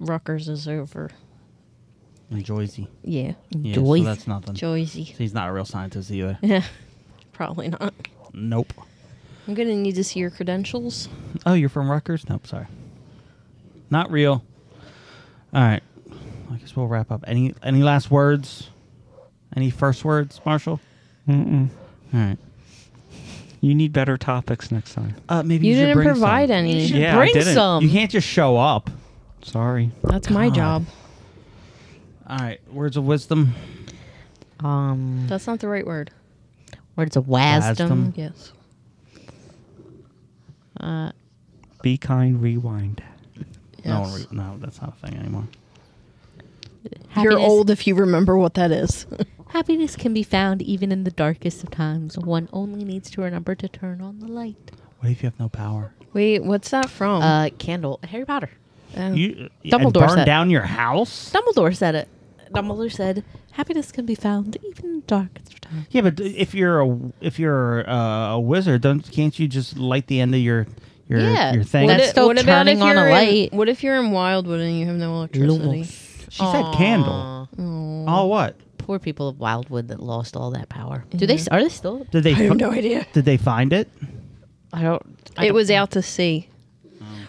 A: Rutgers is over.
B: And Joyzy.
A: Yeah,
B: Yeah,
D: Joyce.
B: So that's nothing.
A: Joyzy.
B: He's not a real scientist either.
A: Yeah, probably not.
B: nope.
A: I'm gonna need to see your credentials.
B: Oh, you're from Rutgers? Nope, sorry. Not real. All right. I guess we'll wrap up. Any any last words? Any first words, Marshall?
E: Mm-mm.
B: All right.
E: You need better topics next time.
B: Uh, maybe
A: You,
B: you, should
A: didn't
B: bring
A: provide
B: some.
A: any.
D: should
E: Yeah, I
D: bring
E: didn't.
D: some.
B: You can't just show up.
E: Sorry.
A: That's my
B: God.
A: job.
B: All right. Words of wisdom.
D: Um,
A: That's not the right word.
D: words of wisdom.
B: Wisdom.
A: Yes.
D: Uh,
E: Be kind. Rewind.
B: No, one
A: Yes.
B: re- no, that's not a thing anymore.
A: You're
D: happiness-
A: old if you remember what that is.
D: Happiness can be found even in the darkest of times. One only needs to remember to turn on the light.
B: What if you have no power?
A: Wait, what's that from?
D: Uh, candle. Harry Potter.
A: Oh.
B: You and
D: Dumbledore
B: burn
D: said-
B: down your house?
D: Dumbledore said it. Dumbledore said, "Happiness can be found even in the darkest of times."
B: Yeah, but if you're a if you're uh, a wizard, don't can't you just light the end of your your,
D: Yeah.
B: your thing?
D: Well, That's still turning
A: if
D: on a
A: you're in-
D: light.
A: what if you're in Wildwood and you have no electricity?
B: she said candle.
D: Aw.
B: Oh, what
D: Poor people of Wildwood that lost all that power. Do they? Are they still?
B: did they?
A: I have
B: fi-
A: no idea.
B: Did they find it?
D: I don't. I
A: It
D: don't-
A: was out to sea,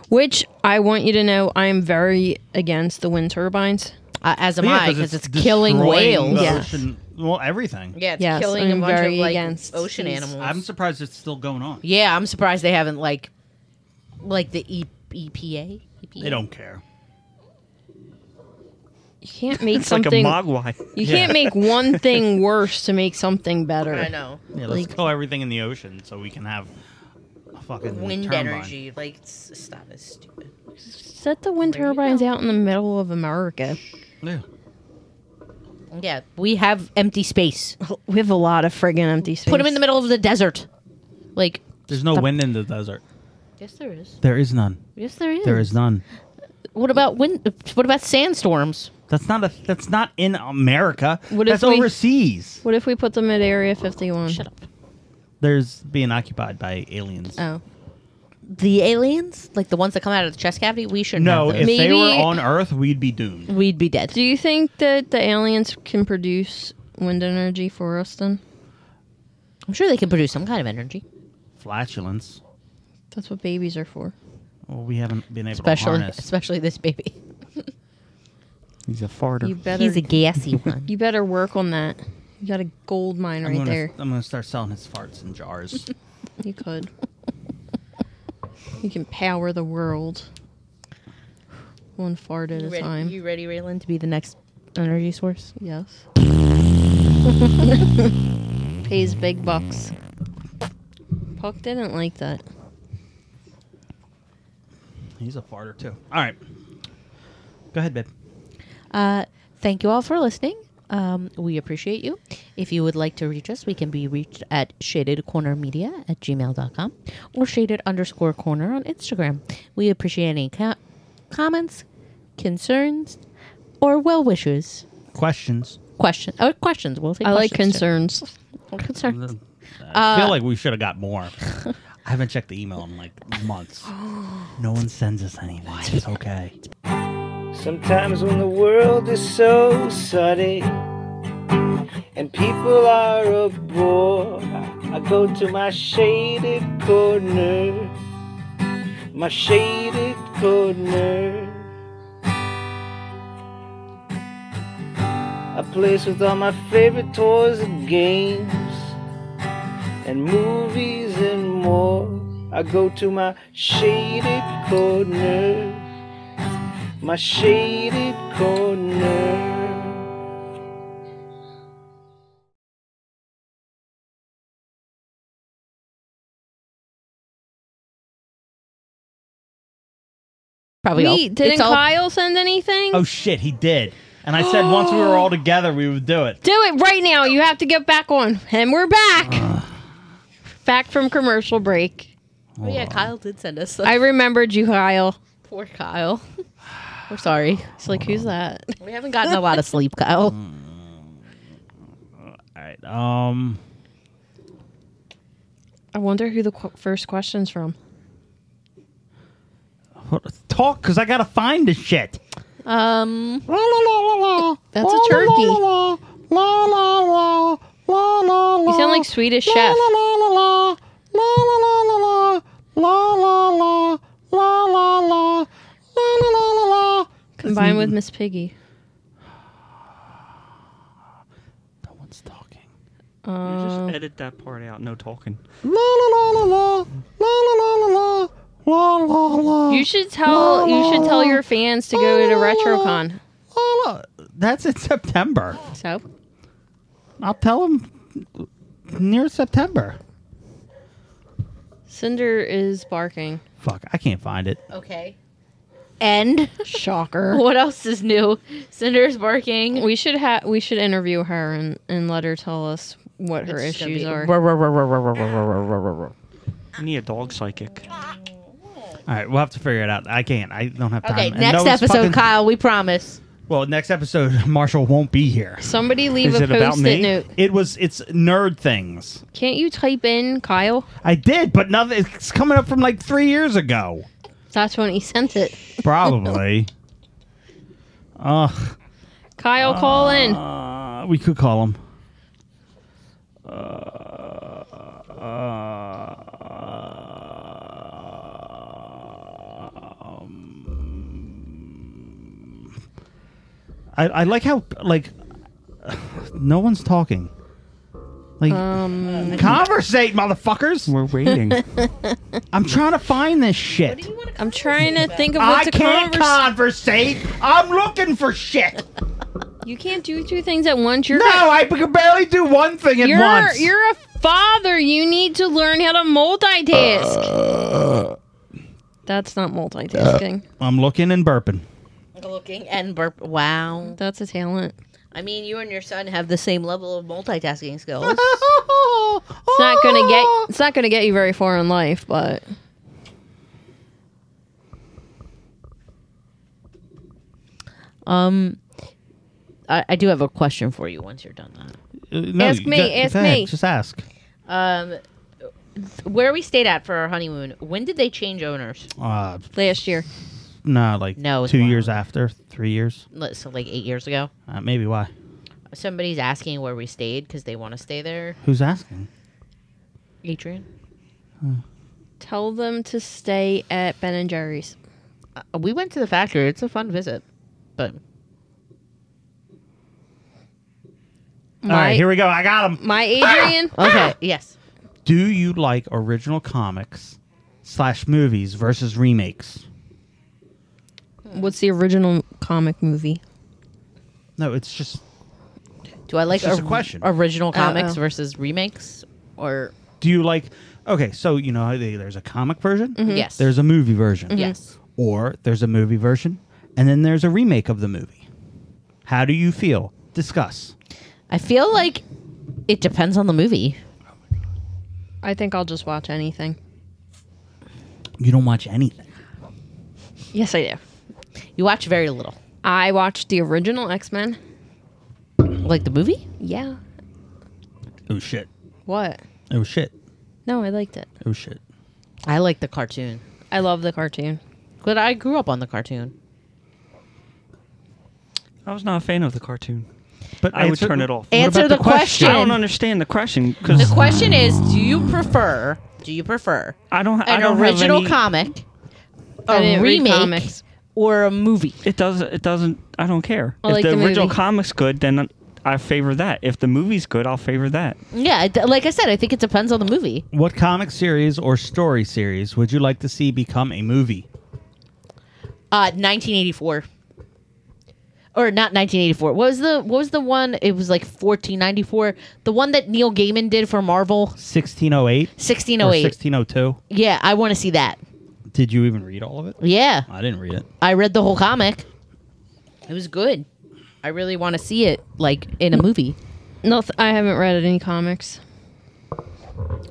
A: which I want you to know. I am very against the wind turbines.
D: Uh, as am
B: Yeah,
D: I, because it's, killing
B: destroying
D: whales.
B: the
A: Yeah.
B: ocean- well, everything.
D: Yeah, it's
A: Yes,
D: killing
A: I'm
D: a bunch
A: very
D: of like
A: against
D: ocean
A: these.
D: animals.
B: I'm surprised it's still going on.
D: yeah, I'm surprised they haven't like, like the e- EPA. EPA?
B: They don't care.
A: You can't make
E: It's like a
A: something.
E: mogwai.
A: you can't make one thing worse to make something better.
D: I know.
B: Yeah, let's
A: Like-
B: kill everything in the ocean so we can have a fucking
D: Wind
B: turbine.
D: energy. Like, s- stop it, stupid.
A: Set the wind
D: There you
A: turbines
D: go.
A: out in the middle of America.
B: Yeah.
D: Yeah, we have empty space.
A: We have a lot of friggin' empty space.
D: Put them in the middle of the desert. Like,
B: There's no wind in the desert.
D: yes, there is.
B: There is none.
D: Yes, there is.
B: There is none.
D: What about wind? What about sandstorms?
B: That's not a. That's not in America.
A: What if
B: that's
A: we-
B: overseas.
A: What if we put them at Area 51?
D: Shut up.
B: There's being occupied by aliens.
A: Oh.
D: The aliens, like the ones that come out of the chest cavity, we should
B: no,
D: Have
B: if they
D: those.
A: Maybe-
B: were on Earth, we'd be doomed.
D: We'd be dead.
A: Do you think that the aliens can produce wind energy for us then?
D: I'm sure they can produce some kind of energy,
B: Flatulence.
A: That's what babies are for.
B: Well, we haven't been able to
D: especially
B: harness.
D: especially this baby.
E: He's a farter.
A: You better
D: He's a gassy one.
A: you better work on that. You got a gold mine
B: I'm
A: right
B: gonna,
A: there.
B: I'm gonna start selling his farts in jars.
A: You could. you can power the world. One fart at a time.
D: you ready, Raylan, to be the next energy source?
A: Yes. Pays big bucks. Puck didn't like that.
B: He's a farter too. All right. Go ahead, babe.
D: Uh, thank you all for listening. Um, we appreciate you. If you would like to reach us, we can be reached at shadedcornermedia at gmail.com or shaded underscore corner on Instagram. We appreciate any co- comments, concerns, or well wishes.
B: Questions.
D: Question or questions. We'll take
A: I like
D: questions
A: concerns.
D: too. Concerns.
B: I feel like we should have got more. I haven't checked the email in like months. No one sends us anything. It's okay.
K: Sometimes when the world is so sunny and people are a bore, I go to my shaded corner, my shaded corner. A place with all my favorite toys and games and movies and more. I go to my shaded corner my shaded corner.
D: Probably all-
A: Wait, didn't
D: it's all-
A: Kyle send anything?
B: Oh shit, he did. And I said once we were all together, we would do it.
A: Do it right now. You have to get back on. And we're back. back from commercial break.
D: Oh, yeah, Kyle did send us.
A: I remembered you, Kyle.
D: Poor Kyle. We're sorry.
A: It's like, who's that?
D: We haven't gotten a lot of sleep, Kyle.
B: All right. Um.
A: I wonder who the qu- first question's from.
B: Talk, cause I gotta find the shit.
D: Um,
B: La la la la la.
D: That's
B: la,
D: a turkey.
B: La la la la la la la.
A: You sound like Swedish
B: la,
A: chef.
B: La la la la la la la la la la la la la la la la la la la.
A: Combined with Miss Piggy.
B: No one's talking.
E: You just edit that part out. No talking.
B: La la la la la la la la la la la la.
A: You should tell you should tell your fans to go to RetroCon.
B: La, la. That's in September.
A: So
B: I'll tell them near September.
A: Cinder is barking.
B: Fuck, I can't find it.
D: okay.
C: And
A: Shocker.
D: What else is new? Cinder's barking.
A: We should ha- we should interview her and, and let her tell us what her
D: It's gonna
A: issues
D: be-
A: are.
E: You need a dog psychic.
B: All right, we'll have to figure it out. I can't. I don't have time.
C: okay,
B: And
C: next
B: no one's
C: episode,
B: fucking-
C: Kyle. We promise.
B: Well, next episode, Marshall won't be here.
A: Somebody leave
E: Is
A: a
E: it about
A: post-it
E: me?
A: note.
B: It was. It's nerd things.
A: Can't you type in Kyle?
B: I did, but nothing. It's coming up from like three years ago,
A: That's when he sent it.
B: probably. Uh, Ugh.
A: Kyle, call in.
E: Ah.
B: Uh, we could call him. Uh, uh, um, I, I like how like no one's talking. Like
A: Um,
B: conversate, motherfuckers.
E: We're waiting.
B: I'm trying to find this shit.
A: I'm trying to think of what
B: I
A: to
B: can't
A: converse.
B: conversate. I'm looking for shit.
A: You can't do two things at once. You're
B: No, I can barely do one thing at
A: you're
B: once.
A: you're a father. You need to learn how to multitask. Uh. That's not multitasking.
B: I'm looking and burping.
D: Looking and burp. Wow.
A: That's a talent.
D: I mean, you and your son have the same level of multitasking skills.
A: It's not gonna get
D: Oh.
A: it's not gonna get you very far in life, but
D: um, I, I do have a question for you. Once you're done that.
B: Uh, no,
A: Ask
B: you
A: me,
B: go-
A: ask
B: go ahead,
A: me.
B: Just ask.
D: Um, where we stayed at for our honeymoon. When did they change owners?
B: Uh,
A: last year.
B: no, like
D: No, it's
B: two
D: long.
B: years after, three years,
D: Let- So like eight years ago.
B: uh, maybe. Why?
D: Somebody's asking where we stayed because they want to stay there.
B: Who's asking?
D: Adrian,
A: Tell them to stay at Ben and Jerry's.
D: uh, we went to the factory. It's a fun visit, but
B: All right,
A: My-
B: here we go. I got him.
A: My Adrian,
D: okay. Ah! yes.
B: Do you like original comics slash movies versus remakes?
A: what's the original comic movie?
B: No, it's just.
D: Do I like
B: It's just a question.
D: original comics
A: Uh-oh.
D: versus remakes or
B: Do you like? Okay, so you know how they, there's a comic version.
A: Mm-hmm.
D: yes?
B: There's a movie version.
D: yes.
B: Or there's a movie version, and then there's a remake of the movie. How do you feel? Discuss.
D: I feel like it depends on the movie.
A: I think I'll just watch anything.
B: You don't watch anything.
A: Yes, I do.
D: You watch very little,
A: I watched the original X Men.
D: like the movie.
A: Yeah.
B: Oh shit.
A: What?
B: Oh shit.
A: No, I liked it.
B: Oh shit.
D: I like the cartoon,
A: I love the cartoon.
D: but I grew up on the cartoon.
E: I was not a fan of the cartoon.
B: But
E: I would
B: answer-
E: turn it off.
B: What
D: Answer
B: about
D: the
B: the question?
D: question.
E: I don't understand the question
D: The
E: because
D: question is: Do you prefer? Do you prefer
E: I don't. I
D: an
E: don't
D: original
E: have any,
D: comic,
A: I
D: a
A: didn't read
D: remake,
A: comics.
D: or a movie?
E: It doesn't. It doesn't. I don't care.
A: I
E: if
A: like
E: the,
A: the
E: original
A: movie.
E: comic's good, then I favor that. If the movie's good, I'll favor that.
B: Mm.
D: Yeah, it- like I said, I think it depends on the movie.
B: What comic series or story series would you like to see become a movie?
D: Uh, 1984. Or not 1984. What was the what was the one? It was like 1494. The one that Neil Gaiman did for Marvel,
B: 1608 or
D: 1608.
B: 1602?
D: Yeah, I want to see that.
B: Did you even read all of it?
D: Yeah,
B: I didn't read it.
D: I read the whole comic. It was good. I really want to see it like in a movie.
A: No, I haven't read any comics.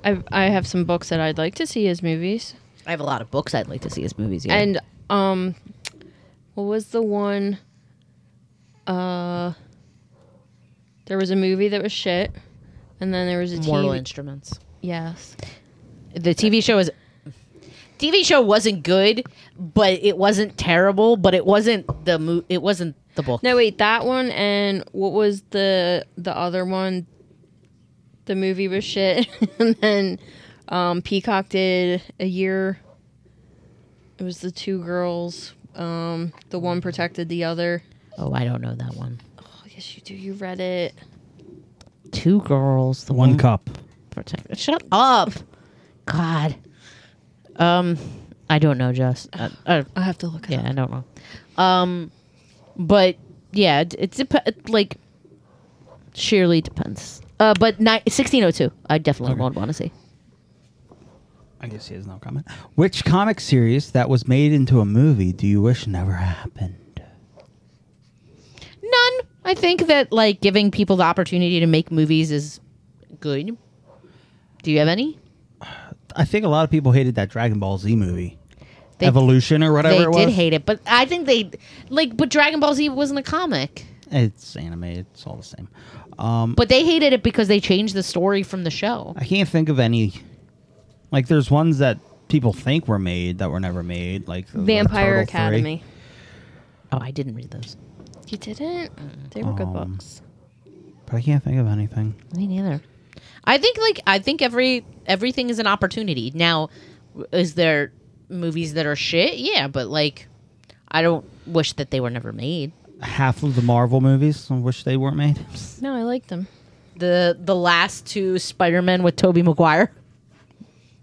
A: I've, I have some books that I'd like to see as movies.
D: I have a lot of books I'd like to see as movies. Yeah.
A: And um, what was the one? Uh, there was a movie that was shit, and then there was a
D: Mortal
A: TV.
D: Instruments.
A: Yes,
D: The TV show is TV show wasn't good, but it wasn't terrible. But it wasn't the mo- It wasn't the book.
A: No, wait, that one and what was the the other one? The movie was shit, and then um, Peacock did a year. It was the two girls. Um, the one protected the other.
D: Oh, I don't know that one.
A: Oh, yes, you do. You read it.
D: Two girls. The
E: Mm.
B: One cup.
D: protect. Shut up. God. Um, I don't know, Jess. Uh, uh,
A: I have to look at
D: yeah, I don't know. Um, but yeah, it, it's dep- it, like surely depends. Uh, but ni- 1602, I definitely won't want to see.
B: I guess he has no comment. Which comic series that was made into a movie do you wish never happened?
D: None. I think that like giving people the opportunity to make movies is good. Do you have any?
B: I think a lot of people hated that Dragon Ball Z movie,
D: They-
B: Evolution or whatever
D: they
B: it was.
D: did hate it, but I think they like. But Dragon Ball Z wasn't a comic,
B: It's anime. It's all the same. Um,
D: but they hated it because they changed the story from the show.
B: I can't think of any. Like, there's ones that people think were made that were never made. Like the
A: Vampire
B: Turtle
A: Academy.
D: Oh, I didn't read those.
A: You didn't? They were good
B: Um,
A: books.
B: Three, but I can't think of anything.
D: Me neither. I think like I think every everything is an opportunity. Now, is there movies that are shit? Yeah, but like, I don't wish that they were never made.
B: Half of the Marvel movies. I wish they weren't made.
A: No, I like them.
D: The the last two Spider Men with Tobey Maguire.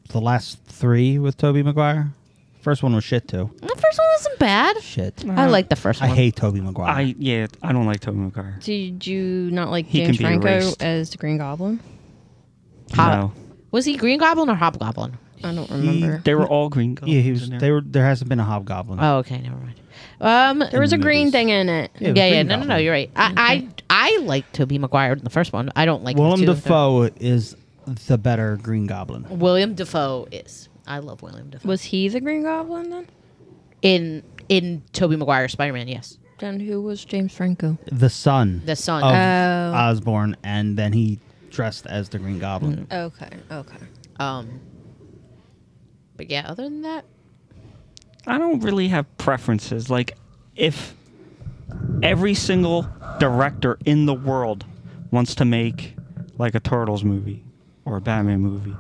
B: The last three with Tobey Maguire. First one was shit too.
D: The first one wasn't bad.
B: Shit.
D: I like the first
B: Uh-huh. I
D: one.
B: hate Tobey Maguire.
E: I yeah, I don't like Tobey Maguire.
A: Did you not like
E: He can
A: James
E: be
A: Franco
E: erased.
A: as the Green Goblin?
E: No.
D: Was he Green Goblin or Hobgoblin?
A: I don't remember.
E: They were all green.
B: yeah, he was.
E: goblins in
B: They were. There hasn't been a Hobgoblin.
D: Oh, okay, never mind. Um,
A: There was a
B: in the
A: green
B: movies.
A: thing in it.
B: the
D: yeah, yeah,
B: Green
D: no, no, no,
B: Goblin.
D: you're right. I I, I like Tobey Maguire in the first one. I don't like him
B: Willem
D: too.
B: Dafoe is the better Green Goblin.
D: William Defoe is. I love William Defoe.
A: Was he the Green Goblin then?
D: in in Toby Maguire Spider Man, yes.
A: Then who was James Franco?
B: The son.
D: The son.
B: of
A: Oh.
B: Osborn, and then he dressed as the Green
D: Mm.
B: Goblin.
A: Okay, okay.
D: Um But yeah, other than that,
E: there. I don't really have preferences. Like if every single director in the world wants to make like a Turtles movie or a Batman movie,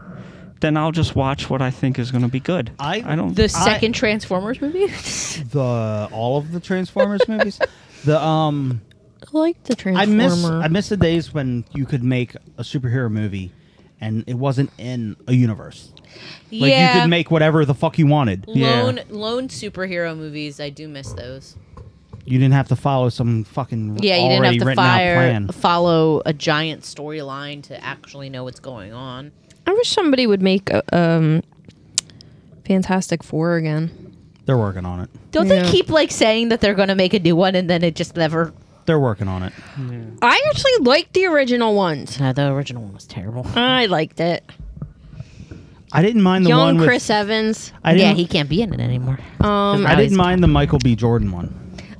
E: then I'll just watch what I think is going to be good.
B: I-
E: I don't
D: the second Transformers movie?
B: The all of the Transformers movies. The um,
A: I like the
B: I
A: Transformer.
B: miss I miss the days when you could make a superhero movie, and it wasn't in a universe. Like you could make whatever the fuck you wanted.
E: Yeah.
D: lone lone superhero movies, I do miss those.
B: You didn't have to follow some fucking
D: Yeah, you
B: already
D: didn't have to
B: written out
D: fire
B: plan.
D: follow a giant storyline to actually know what's going on.
A: I wish somebody would make uh, um, Fantastic Four again.
B: They're working on it.
D: Don't
A: Yeah.
D: they keep like saying that they're gonna make a new one and then it just never
B: They're working on it.
A: I actually liked the original ones.
D: No, the original one was terrible.
A: I liked it.
B: I didn't mind the one
A: Young
B: with.
A: Chris Evans.
B: I didn't,
D: yeah, he can't be in it anymore.
A: Um,
B: I didn't mind the Michael B. Jordan one.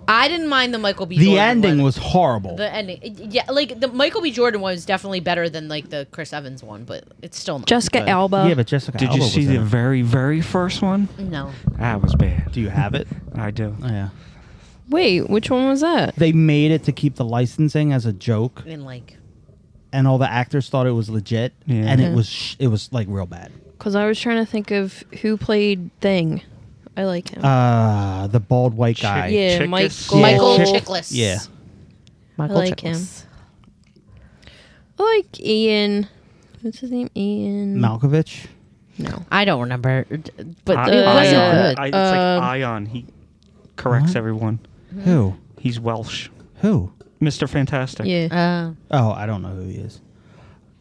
D: I didn't mind the Michael B.
B: The
D: Jordan
B: ending
D: one.
B: was horrible.
D: The ending, yeah, like the Michael B. Jordan one is definitely better than like the Chris Evans one, but it's still not
A: Jessica
D: good.
A: Alba.
B: yeah, but Jessica.
E: Did
B: Alba
E: you
B: was
E: see
B: in
E: the
B: it.
E: very very first one?
D: No,
E: That was bad.
B: Do you have it?
E: I do.
B: Oh, yeah.
A: Wait, which one was that?
B: They made it to keep the licensing as a joke,
D: and like
B: and all the actors thought it was legit,
E: Yeah.
B: and it
A: Mhm.
B: was sh- it was like real bad.
A: Because I was trying to think of who played Thing. I like him.
B: Uh the bald white guy.
A: yeah,
E: Chickus?
A: Michael.
D: Michael
B: Chick-
D: Chiklis.
B: yeah.
A: I like him. I like Ian. What's his name? Ian.
B: Malkovich.
A: No.
D: I don't remember, d- but
E: I-
D: it wasn't
B: uh,
E: Ion.
D: good.
E: I, it's
A: Um,
E: like Ion. He corrects
B: What?
E: everyone.
B: Who?
E: He's Welsh.
B: Who?
E: Mr. Fantastic.
A: Yeah.
D: Uh,
B: Oh, I don't know who he is.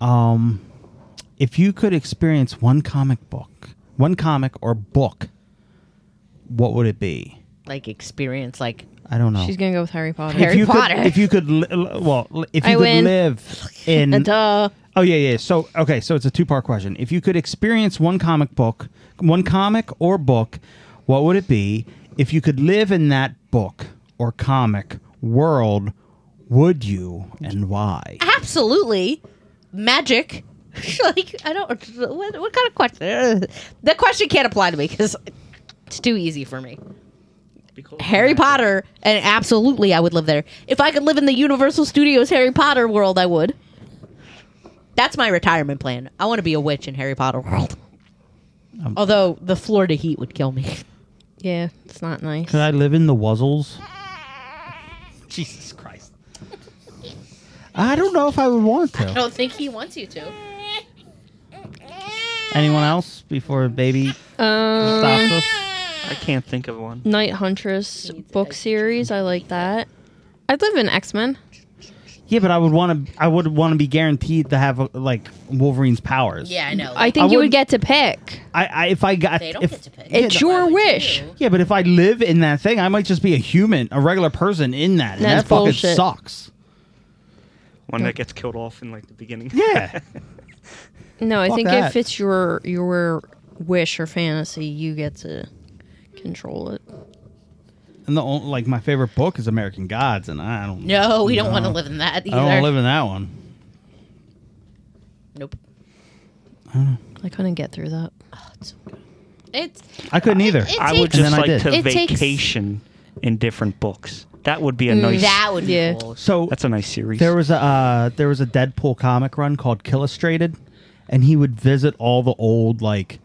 B: Um, if you could experience one comic book, one comic or book, what would it be?
D: like experience, like
B: I don't know.
A: She's gonna go with Harry Potter.
B: if
D: Harry
B: you
D: Potter.
B: could, if you could, li- li- well, li- if you
A: I
B: could
A: win.
B: live in
A: Duh.
B: Oh yeah, yeah. So okay, so it's a two-part question. If you could experience one comic book, one comic or book, what would it be? If you could live in that book or comic world, would you and why?
D: absolutely magic.
C: like I don't. What, what kind of question? That question can't apply to me because it's too easy for me.
E: Because-
C: Harry Potter, and absolutely, I would live there. If I could live in the Universal Studios Harry Potter world, I would. That's my retirement plan. I want to be a witch in Harry Potter world.
B: Um,
C: Although the Florida heat would kill me.
A: Yeah, it's not nice.
B: Could I live in the Wuzzles?
E: Jesus Christ.
B: I don't know if I would want to.
D: don't think he wants you to.
B: Anyone else before baby
A: Um,
B: stops us?
E: I can't think of one.
A: Night Huntress book series. I like that. I'd live in X Men.
B: Yeah, but I would want to. I would want to be guaranteed to have uh, like Wolverine's powers.
D: Yeah, I know.
A: I
B: I
A: think you
B: would-
A: would get to pick.
B: I, I if I got
D: They don't
B: if,
D: get to pick.
A: It's
B: yeah,
A: your wish.
B: yeah, but if I live in that thing, I might just be a human, a regular person in that, and
A: That's
B: that fucking
A: bullshit.
B: sucks.
E: One that gets killed off in like the beginning.
B: Yeah,
A: No, I
B: Fuck
A: think
B: that.
A: if it's your your wish or fantasy, you get to control it.
B: and the on- like my favorite book is American Gods, and I don't.
D: No, we don't want to live in that either.
B: I don't wanna live in that one.
D: nope.
A: I couldn't get through that.
D: It's
B: I couldn't either.
D: it
E: I would
D: takes-
B: And
E: just
B: then I
E: like
B: did.
E: to
D: It takes- Mm,
E: vacation in different books. That would be a nice.
D: that would be
A: Yeah.
D: cool.
B: so
E: That's a nice series.
B: There was a uh, there was a Deadpool comic run called Killustrated, and he would visit all the old like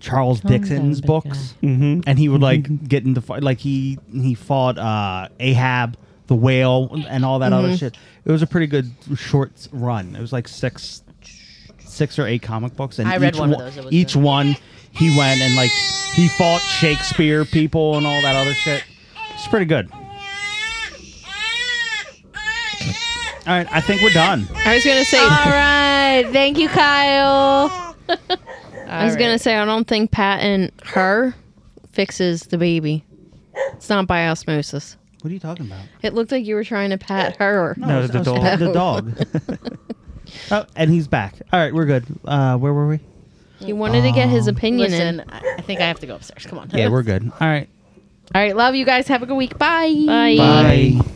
B: Charles Dixon's books, mm-hmm. and he would like get into fight. Like he he fought uh, Ahab the whale and all that
D: Mm-hmm.
B: other shit. It was a pretty good short s- run. It was like six six or eight comic books, and
D: I read
B: each
D: one of
B: one-
D: those. It was
B: each
D: good.
B: one he went and like he fought Shakespeare people and all that other shit. It's pretty good. All right, I think we're done.
A: I was gonna say.
C: All right, thank you, Kyle.
A: I was gonna say I don't think Pat and her fixes the baby. It's not by osmosis.
B: What are you talking about?
A: It looked like you were trying to pat her.
E: No,
B: I was-
E: the
B: I was
E: dog.
B: petting The dog. oh, and he's back. All right, we're good. Uh, where were we?
A: He wanted to get his opinion
D: Listen,
A: in.
D: I I think I have to go upstairs. Come on.
B: Yeah, we're good. All right.
D: All right, love you guys. Have a good week. Bye.
A: Bye.
B: Bye.